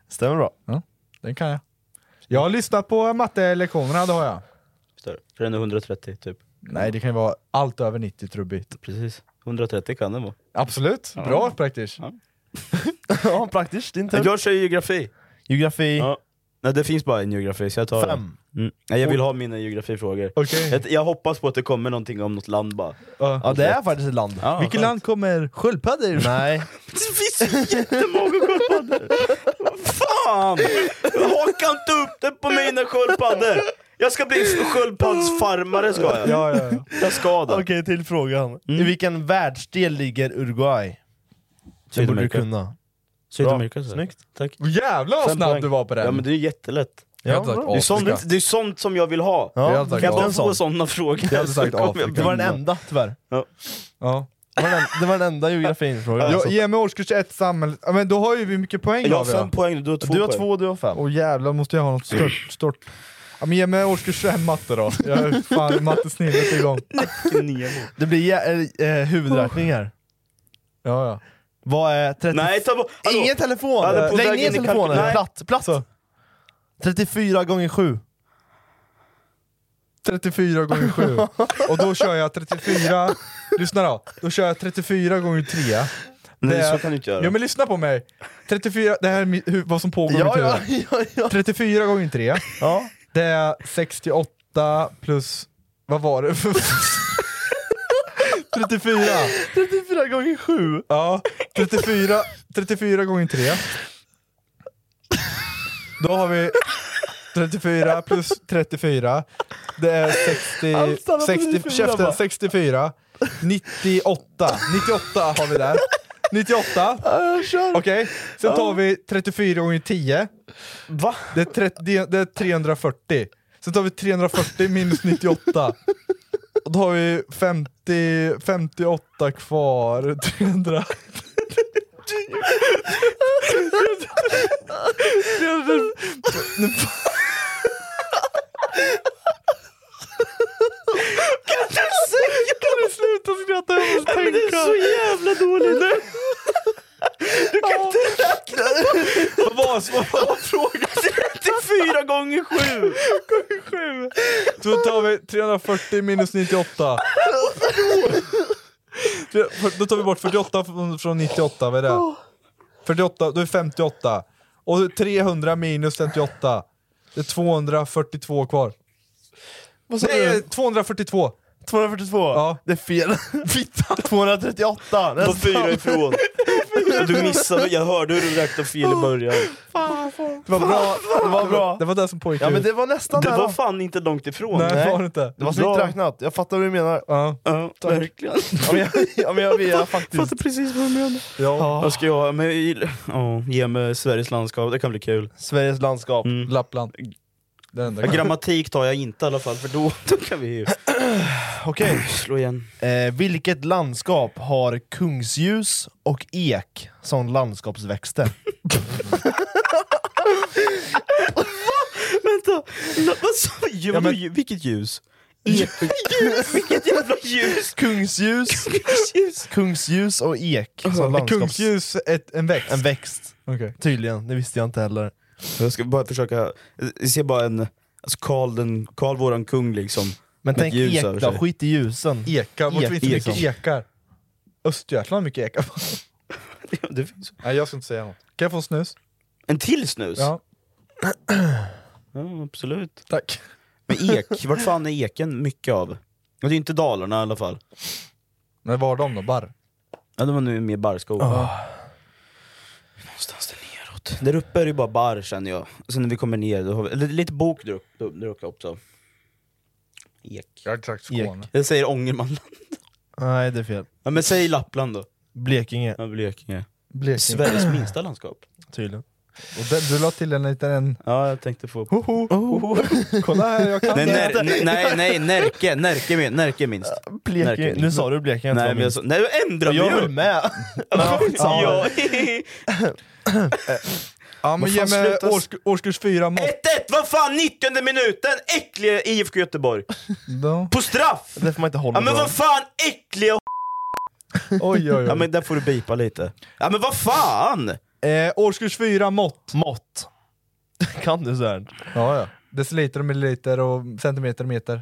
S5: Stämmer bra.
S3: Den kan jag. Jag har lyssnat på mattelektionerna, det har jag.
S4: Större. För den är 130 typ.
S3: Nej, det kan ju vara allt över 90 trubbigt.
S4: Precis. 130 kan den vara.
S3: Absolut. Bra praktiskt.
S5: ja, praktiskt. Din tur.
S4: Jag kör geografi.
S5: Geografi.
S4: Ja. Nej, det finns bara en geografi så jag tar
S5: Fem.
S4: den. Mm. Nej, jag vill ha mina geografifrågor.
S3: Okej.
S4: Jag, jag hoppas på att det kommer någonting om något land bara.
S5: Ja, det är faktiskt ett land.
S4: Ja,
S3: Vilket
S4: skönt.
S3: land kommer sköldpaddor ifrån?
S5: Nej.
S4: Det finns ju jättemånga sköldpaddor! Fan! Haka inte upp det på mina sköldpaddor! Jag ska bli sköldpaddsfarmare ska jag.
S3: Ja, ja, ja.
S4: Jag ska det.
S5: Okej, till frågan.
S4: Mm.
S5: I vilken världsdel ligger Uruguay? Det borde du kunna.
S4: Sydamerika.
S5: Snyggt.
S4: Tack.
S3: Jävlar vad
S4: Fem
S3: snabb
S4: poäng.
S3: du var på den!
S4: Ja men det är ju jättelätt.
S3: jag
S5: Ja,
S3: hade sagt
S5: bra.
S4: Det är,
S3: Afrika.
S4: sånt, det är sånt som jag vill ha.
S3: Jag
S5: Ja,
S3: hade sagt
S4: kan jag bara
S5: en
S4: få
S5: sån.
S4: sådana frågor?
S3: Jag hade sagt
S4: Så kommer jag
S3: Afrika.
S5: Det var
S4: bli-
S5: den enda tyvärr.
S3: Ja.
S5: Det var den, det var den enda geografifrågan.
S3: Jag,
S5: Alltså.
S3: ge mig årskurs 1 samhälle... Ja, men då har ju vi mycket poäng
S4: Jag har
S3: av
S4: fem poäng, du har två
S5: Du har
S4: poäng.
S5: två och du har fem.
S3: Åh jävlar, måste jag ha något stort. stort. Ja, men ge mig årskurs 5 matte då. Jag är fan mattesnillet igång.
S5: Det blir jä- eh, eh, huvudräkning här.
S3: Ja, ja.
S5: Vad är 30...
S4: Nej ta bort... hallå.
S5: Ingen telefon!
S4: Ja, det är på
S5: Lägg
S4: vägen
S5: ner
S4: in i
S5: telefonen!
S4: kalkyl- Nej.
S5: Platt, platt! 34 gånger 7.
S3: 34 gånger 7. Och då kör jag 34... Lyssna då. Då kör jag 34 gånger 3.
S4: Nej
S3: Det-
S4: så kan du inte göra.
S3: Ja men lyssna på mig! 34, det här är mi- hur, vad som pågår i mitt
S5: Ja,
S3: huvud.
S5: ja, ja, ja.
S3: 34 gånger 3,
S5: ja.
S3: det är 68 plus... Vad var det för... 34!
S5: 34 gånger 7.
S3: Ja, 34, 34 gånger 3. Då har vi 34 plus 34. Det är 60...
S5: stannar på
S3: 60
S5: 34
S3: käften,
S5: bara.
S3: 64. 98. 98 har vi där. 98. Okej, sen tar vi 34 gånger 10.
S5: Va?
S3: Det är, 30, det det är 340. Sen tar vi 340 minus 98. Och då har vi 50, 58 kvar. 300.
S5: Kan du sluta skratta? Jag måste tänka. Det är så jävla dåligt. Du kan inte räkna.
S4: Vad var, vad var frågan? 34 gånger 7!
S3: Då tar vi 340 minus 98. Tre- för- Då tar vi bort 48 från- från 98, vad är det? 48, då är det 58. Och 300 minus 58. Det är 242 kvar.
S5: [laughs] Vad sa
S3: Nej,
S5: du?
S3: 242!
S5: 242?
S3: Ja.
S5: Det är fel.
S4: [laughs]
S5: Fitta. 238.
S4: På
S5: Nästan.
S4: fyra ifrån. [laughs] Du missade, jag hörde hur du räknade fel i början.
S3: Det var bra.
S5: Det var bra.
S3: Det var det som pågick
S5: Ja
S3: ut.
S5: men det var nästan
S4: Det
S5: nära.
S4: var fan inte långt ifrån.
S3: Nej, det
S5: Nej.
S3: var det inte.
S5: det var
S4: bra.
S5: snyggt räknat. Jag fattar vad du menar.
S3: Ja.
S4: Ja, verkligen.
S5: Ja, men jag, ja, men jag vet faktiskt.
S4: precis vad du menar.
S3: Ja.
S4: Vad ska jag ha? Men, ja, ge mig Sveriges landskap, det kan bli kul.
S5: Sveriges landskap.
S3: Mm. Lappland. Det enda
S4: Ja, grammatik tar jag inte i alla fall, för då, [laughs] då kan vi ju
S5: Okej.
S4: [laughs] slå igen.
S5: Eh, vilket landskap har kungsljus och ek som landskapsväxter?
S4: Vänta, la- vad sa ja,
S3: men-
S4: Vilket [laughs] ljus? ljus? Vilket jävla ljus?
S5: Kungsljus,
S4: ljus?
S5: kungsljus och ek som
S3: Är
S5: landskaps...
S3: Kungsljus ett, en växt?
S5: En växt,
S3: Okej.
S5: tydligen. Det visste jag inte heller.
S4: Jag ska bara försöka, jag ser bara en, alltså Karl, den, Karl våran kung liksom.
S5: Men
S4: Med
S5: tänk
S4: ett ljus
S5: ek
S4: över
S5: då,
S4: sig.
S5: skit i ljusen.
S3: Ekar? Vart finns det
S4: Ek-
S3: mycket ekar? Östergötland har mycket ekar.
S4: Ja, [laughs] det finns.
S3: Nej, jag ska inte säga något. Kan jag få en snus?
S4: En till snus?
S3: Ja,
S4: Ja, absolut.
S3: tack.
S4: Men ek, vart fan är eken mycket av? Det är ju inte Dalarna i alla fall.
S3: Men var de då? Barr?
S4: Ja, de var nu mer barrskog.
S5: Ah.
S4: Någonstans där neråt. Där uppe är det ju bara barr känner jag. Sen när vi kommer ner, då har vi, eller lite bok där uppe, där uppe också. Ek.
S3: Jag hade sagt Skåne.
S4: Jag säger Ångermanland.
S5: Nej, det är fel.
S4: Ja, men säg Lappland då.
S5: Blekinge,
S4: Ja, Blekinge.
S3: Blekinge.
S4: Sveriges minsta landskap.
S5: tydligen.
S3: Och den, du la till en liten... En...
S4: Ja, jag tänkte få...
S3: Kolla här, jag kan
S4: Nej, nej, nej, nej, Närke, Närke, min, Närke minst.
S5: Blekinge.
S4: Närke.
S5: Nu sa du Blekinge, jag
S4: Nej,
S5: tror
S4: men jag,
S5: jag
S4: så, nej, jag ändrar
S5: minns.
S4: mig
S5: Jag
S4: ju!
S5: höll med.
S4: Ja, [laughs] 1-1,
S3: Ja, men ge mig
S5: fan, sluta s-
S3: årsk- årskurs fyra mått.
S4: vad fan, 90 minuten! Äckliga IFK Göteborg.
S3: Då.
S4: På straff!
S5: [laughs] Det får man inte hålla
S4: Ja, men
S5: på.
S4: vad fan, äckliga
S3: Oj, oj,
S4: Ja
S3: oj.
S4: men där får du bipa lite. Ja men vad fan!
S3: eh, årskurs fyra mått.
S5: Mått. [laughs] Kan du sånt?
S3: Ja, ja. Deciliter och milliliter och centimeter och meter.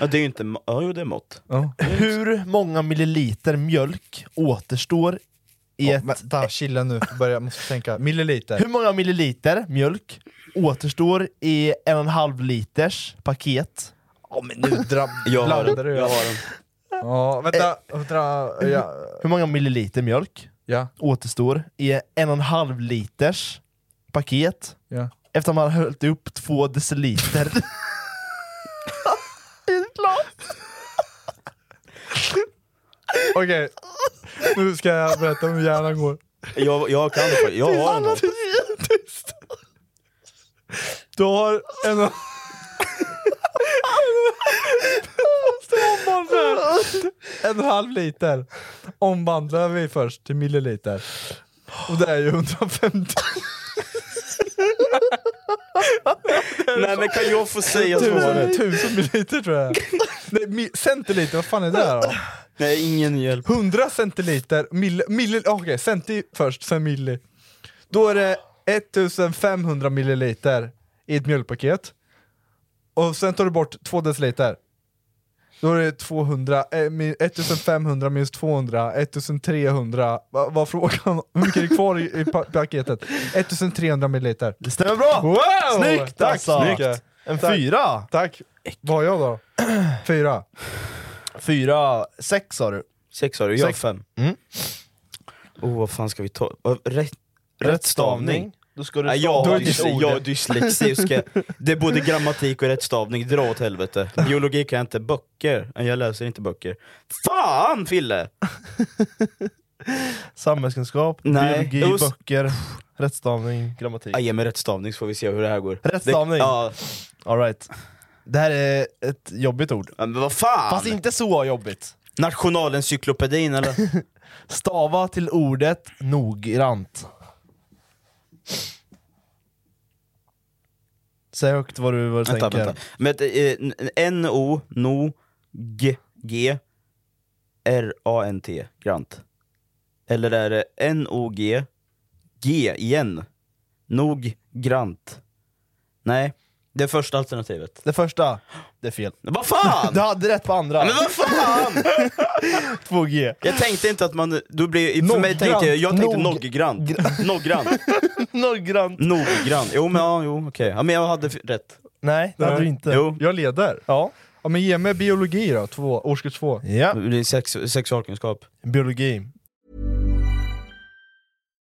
S4: Ja, det är ju inte... ma- Ja jo det är mått.
S3: Ja.
S5: Hur många milliliter mjölk återstår i
S3: Ja,
S5: ett...
S3: vänta, chilla nu. Börja, jag måste tänka. Milliliter.
S5: Hur många milliliter mjölk återstår i en och en halv liters paket?
S3: Ja, men nu dra...
S4: Jag har
S3: blandar
S4: den.
S3: du.
S4: Jag har den.
S3: Ja, vänta. Dra... Ja.
S5: [laughs] Hur många milliliter mjölk
S3: ja,
S5: återstår i en och en halv liters paket
S3: ja.
S5: efter man har hällt upp två deciliter? I ett glas.
S3: Okej, nu ska jag berätta hur hjärnan går.
S4: Jag, jag kan det faktiskt. Jag har den.
S3: Du har en... Jag måste omvandla det. En halv liter omvandlar vi först till milliliter. Och det är ju 150
S4: Nej men kan jag få säga
S3: tusen,
S4: svaret?
S3: tusen milliliter tror jag. Nej, mi- centiliter, vad fan är det där då?
S4: Nej ingen hjälp.
S3: 100 centiliter, mil, mil, okej, centi först, sen milli. Då är det 1500 milliliter i ett mjölkpaket. Och sen tar du bort 2 deciliter. Då är det 200, eh, mi- 1500 minus 200, 1300, vad var frågan? Hur mycket är det kvar i, i pa paketet? 1300 milliliter.
S5: Det stämmer bra!
S3: Wow!
S5: Snyggt
S3: Tack
S5: alltså!
S3: så mycket.
S5: En
S3: Tack.
S5: fyra!
S3: Tack! Vad har jag då? Fyra.
S5: Fyra, sex sa du.
S4: Sex har du, jag har
S5: Sex.
S4: fem.
S5: Mm.
S4: Oh vad fan ska vi ta? Vad- Rätt, rätt stavning?
S5: Då ska du
S4: Nej, jag,
S5: stava
S4: har
S5: ditt
S4: dyslexi,
S5: ord.
S4: jag har dyslexi. jag ska- Det är både grammatik och rättstavning, dra åt helvete. Biologi kan jag inte, böcker. Nej, Jag läser inte böcker. Fan Fille!
S5: Samhällskunskap,
S4: Nej.
S5: biologi,
S4: Det var s-
S5: böcker, rättstavning, grammatik.
S4: Ja, ge mig rättstavning så får vi se hur det här går.
S5: Rättstavning.
S4: Det, ja,
S5: All right. Det här är ett jobbigt ord.
S4: men vad fan!
S5: Fast inte så jobbigt.
S4: Nationalencyklopedin eller?
S5: Stava till ordet noggrant. Säg högt vad du, vad du
S4: Vänta,
S5: tänker.
S4: vänta. Med eh, N-O, no, G, G, R-A-N-T, grant. Eller är det N-O-G, G igen? Nog, grant. Nej, det är första alternativet.
S5: Det första, det är fel.
S4: Vad fan!
S5: [laughs] Du hade rätt på andra.
S4: Men vad fan!
S5: 2G.
S4: Jag tänkte inte att man, du blir, för mig tänkte jag, jag tänkte
S5: Noggrant.
S4: noggrant. Noggrant.
S5: Noggrant.
S4: Noggrant. Jo men ja, jo okej. Ja men jag hade f- rätt.
S5: Nej, det hade du inte.
S4: Jo.
S3: Jag leder. Ja. ja men ge mig biologi då, två, årskurs två.
S5: Ja.
S4: Det är sex, sexualkunskap.
S5: Biologi.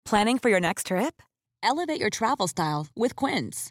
S9: Planning for your next trip? Elevate your travel style with Quince.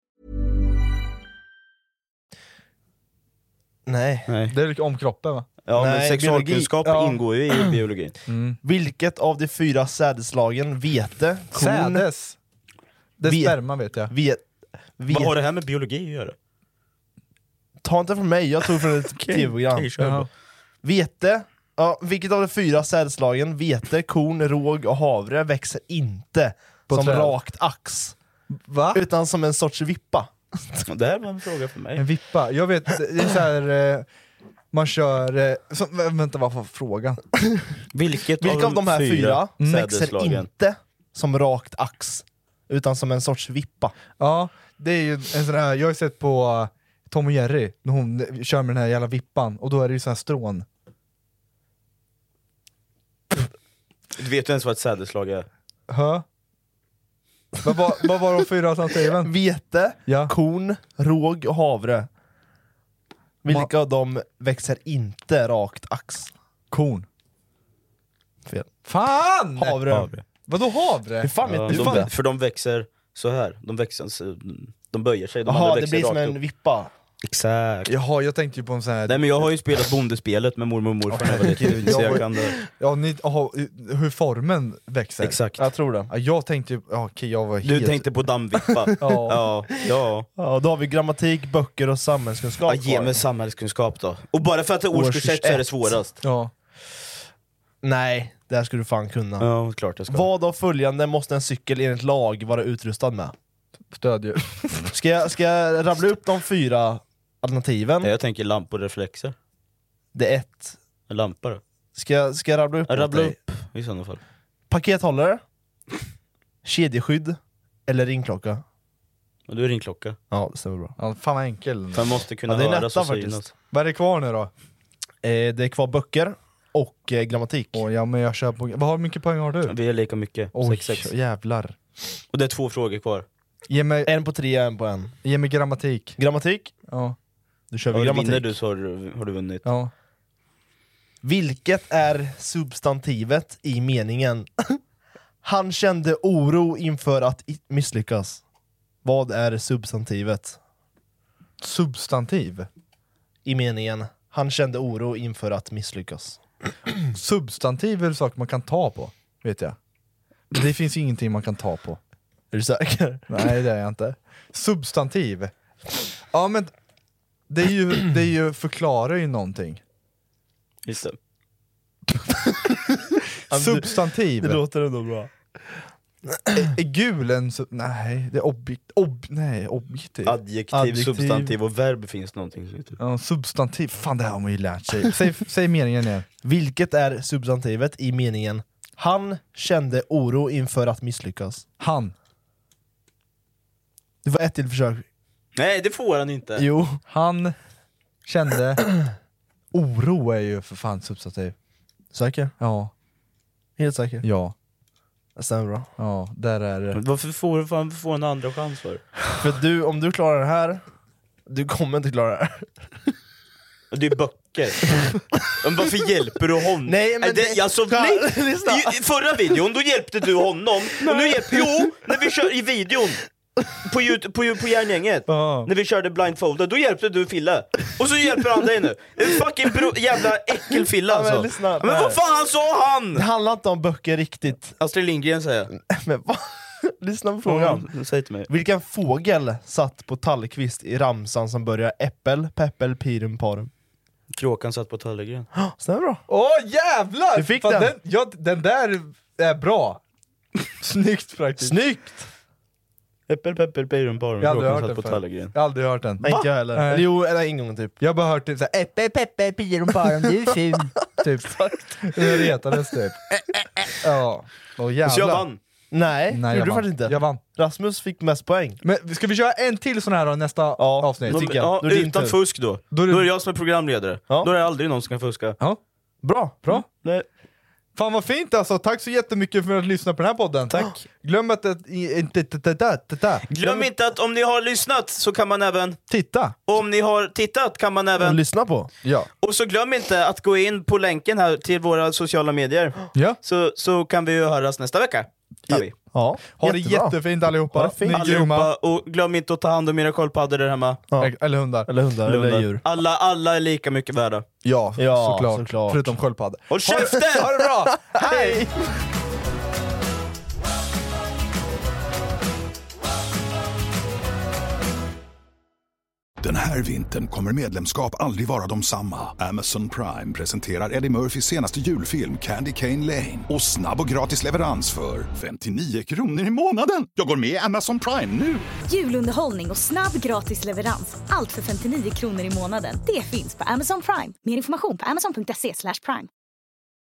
S5: Nej.
S3: Det är liksom om kroppen va?
S4: Ja men
S5: Nej,
S4: sexualkunskap
S5: biologi, ja.
S4: ingår ju [clears throat] i biologin.
S5: Vilket av de fyra sädeslagen, vete, korn,
S3: Sädes. Det är
S5: Vet.
S3: sperma vet jag.
S5: vet, vet,
S4: Vad har det här med biologi att göra?
S5: Ta inte från mig, jag tog från ett
S4: [laughs]
S5: tv-program.
S4: okej, kör
S5: Ja.
S4: då.
S5: Vete, ja, vilket av de fyra sädslagen, vete, korn, råg och havre växer inte
S3: På
S5: som
S3: träd.
S5: rakt ax,
S3: Va?
S5: utan som en sorts vippa.
S4: Det här var en fråga för mig.
S3: En vippa. Jag vet, det är så här, eh, man kör... Eh, så, vä- vänta, vad var frågan?
S4: Vilket
S5: Vilka av de här fyra växer
S4: sädesslagen?
S5: inte som rakt ax, utan som en sorts vippa?
S3: Ja, det är ju en sån här, jag har ju sett på Tom och Jerry, när hon kör med den här jävla vippan, och då är det ju sån här strån.
S4: Du vet ju ens vad ett sädesslag är?
S3: Hö? Vad var, vad var de fyra alternativen?
S5: Vete,
S3: Ja.
S5: korn, råg och havre. Vilka av dem växer inte rakt ax?
S3: Korn.
S5: Fel.
S3: Fan!
S5: Havre.
S3: Vadå havre?
S5: Hur fan
S4: Ja,
S5: vet du
S4: de,
S5: det?
S4: för de växer så här. de växer, så- de böjer sig, de andra
S5: Jaha, det
S4: växer
S5: blir som
S4: rakt
S5: en
S4: upp.
S5: vippa.
S4: Exakt.
S3: Jaha, jag tänkte ju på en sån här...
S4: Nej men jag har ju spelat bondespelet med mormor och morfar när jag var liten, så jag kan eh, det.
S3: Ja, ni, aha, hur formen växer.
S4: Exakt.
S5: Jag tror det.
S3: Ja, jag tänkte ju... ja, Okej, jag var
S4: Du
S3: helt...
S4: tänkte på
S5: [laughs]
S4: dammvippa? ja. ja.
S5: Ja, då har vi grammatik, böcker och samhällskunskap
S4: Ja, ge mig
S5: kvar.
S4: samhällskunskap då. Och bara för att det är
S5: Årskurs
S4: årskurs 1 så är det
S5: ett.
S4: svårast.
S3: Ja.
S5: Nej, det här skulle du fan kunna.
S4: Ja, klart jag ska.
S5: Vad av följande måste en cykel enligt lag vara utrustad med?
S3: Stödjur.
S5: Ska jag, ska jag rabbla upp de fyra alternativen?
S4: Nej, Jag tänker lampor och reflexer.
S5: Det är ett.
S4: Lampa då?
S5: Ska jag, ska jag rabbla upp?
S4: Ja,
S5: åt
S4: Rabbla
S5: dig?
S4: upp i sådana fall.
S5: Pakethållare, kedjeskydd eller ringklocka?
S4: Och du är ringklocka.
S5: Ja, det stämmer bra.
S3: Ja, fan vad enkel.
S4: För man måste kunna
S5: Ja, det är
S4: höras och
S5: nästan faktiskt.
S4: synas.
S3: Vad är det kvar nu då?
S5: Eh, det är kvar böcker och eh, grammatik.
S3: Åh, ja, men jag kör på... Vad har, hur mycket poäng har du?
S4: Vi är lika mycket.
S3: Oj,
S4: 6-6.
S3: jävlar.
S4: Och det är två frågor kvar.
S3: Ge mig,
S5: En på tre, en på en.
S3: ge mig grammatik.
S5: Grammatik?
S3: Ja.
S5: Då kör vi
S4: Och
S5: grammatik.
S4: vinner du så har du, har du vunnit.
S3: ja.
S5: Vilket är substantivet i meningen? [laughs] Han kände oro inför att i- misslyckas. Vad är substantivet
S3: Substantiv.
S5: i meningen? Han kände oro inför att misslyckas.
S3: Substantiv är en sak man kan ta på, vet jag. Men det finns ju ingenting man kan ta på.
S5: Är du säker? [laughs]
S3: Nej, det är jag inte. Substantiv. Ja, men det, är ju, det är ju, förklarar ju någonting.
S4: Just det.
S3: Substantiv.
S5: Det låter ändå bra.
S3: Är gul en... sub- Nej, det är objekt... Ob, nej, objektiv.
S4: Adjektiv,
S5: Adjektiv.
S4: substantiv och verb finns någonting som heter.
S3: Ja, substantiv. Fan, det här har man ju lärt sig. Säg, säg meningen igen.
S5: Vilket är substantivet i meningen? Han kände oro inför att misslyckas.
S3: Han.
S5: Det var ett till försök.
S4: Nej, det får han inte!
S5: Jo.
S3: Han kände... Oro är ju för fan substantiv.
S5: Säker?
S3: Ja,
S5: Helt säker?
S3: ja,
S5: Det stämmer bra.
S3: ja. Där är det.
S4: Men Varför får du fan får en andra chans för?
S5: För du, om du klarar det här, [laughs] du kommer inte klara det här.
S4: Och Det är böcker veckor. Men varför hjälper du honom?
S5: Nej, men
S4: det,
S5: det-
S4: alltså,
S5: Kolla,
S4: nej.
S5: lyssna.
S4: I, I förra videon då hjälpte du honom, och nu hjälper... Jo! När vi kör i videon! På, Youtube- på, på järngänget,
S3: Ja.
S4: när vi körde blindfolded, då hjälpte du Fille. Och så hjälper han dig nu. En fucking bro, jävla äckelfille
S5: men
S4: alltså.
S5: lyssna,
S4: men
S5: nej.
S4: vad fan sa han?
S5: Det handlar inte om böcker riktigt.
S4: Astrid Lindgren säger jag.
S5: Men vad? Lyssna på frågan.
S4: Mm, Säg till mig.
S5: Vilken fågel satt på tallkvist i ramsan som börjar äppel, peppel, pirum, parum?
S4: Kråkan satt på tallriken.
S5: Stämmer bra.
S3: Åh jävlar!
S5: Du fick
S3: Fan,
S5: den.
S3: Den, ja, den där är bra. Snyggt faktiskt.
S5: Snyggt!
S4: Äppel, peppel, pejrum, barum.
S3: Jag har aldrig
S4: Kråkan
S3: hört
S4: satt
S3: den
S4: på
S3: förut.
S4: tallriken.
S3: Jag har aldrig hört den.
S5: Nej, inte jag heller.
S3: Nej.
S5: Eller jo, eller en gång typ.
S3: Jag har bara hört typ såhär Eppe Peppe Pirum Parum, du är
S5: [laughs]
S3: fin. typ. Jag retades typ. ja. Åh jävlar.
S4: Så jag vann.
S5: Nej,
S3: Nej, jag
S5: gjorde du
S3: vann.
S5: faktiskt inte.
S3: Jag vann.
S5: Rasmus fick mest poäng.
S3: Men ska vi köra en till sån här då, nästa avsnitt?
S5: det
S4: De,
S5: tycker jag.
S4: ja,
S5: Då är det din
S4: utan
S5: tur.
S4: fusk då. Då
S3: Då
S4: är,
S3: är
S4: det...
S3: det-
S4: jag som är programledare.
S5: Ja.
S4: Då är det aldrig någon som kan fuska.
S3: Ja.
S5: Bra! Mm.
S3: Bra.
S4: Nej.
S3: Fan vad fint alltså, tack så jättemycket för att lyssna på den här podden. Tack. Glöm att... att- i- inte- titta- titta- titta.
S4: Glöm inte att om ni har lyssnat så kan man även,
S3: Titta!
S4: och om ni har tittat kan man
S5: Och
S4: även,
S5: lyssna på.
S3: Ja.
S4: och så glöm inte att gå in på länken här till våra sociala medier.
S3: ja.
S4: Så, så kan vi ju höras nästa vecka. Tar vi.
S5: Ja,
S3: Ha det
S5: jättebra.
S3: jättefint allihopa.
S5: Ha det fint.
S3: Ni är grymma.
S4: Allihopa, och glöm inte att ta hand om era sköldpaddor där hemma.
S5: Ja.
S3: Eller hundar.
S5: Eller hundar, eller djur.
S4: Alla, alla är lika mycket värda.
S3: Ja,
S5: Ja,
S3: såklart.
S5: såklart.
S3: Förutom sköldpaddor.
S4: Håll käften!
S3: Ha det bra!
S5: Hej!
S1: Den här vintern kommer medlemskap aldrig vara de samma. Amazon Prime presenterar Eddie Murphys senaste julfilm Candy Cane Lane. Och snabb och gratis leverans för 59 kronor i månaden. Jag går med i Amazon Prime nu!
S2: Julunderhållning och snabb gratis leverans. Allt för 59 kronor i månaden. Det finns på Amazon Prime. Mer information på amazon.se slash prime.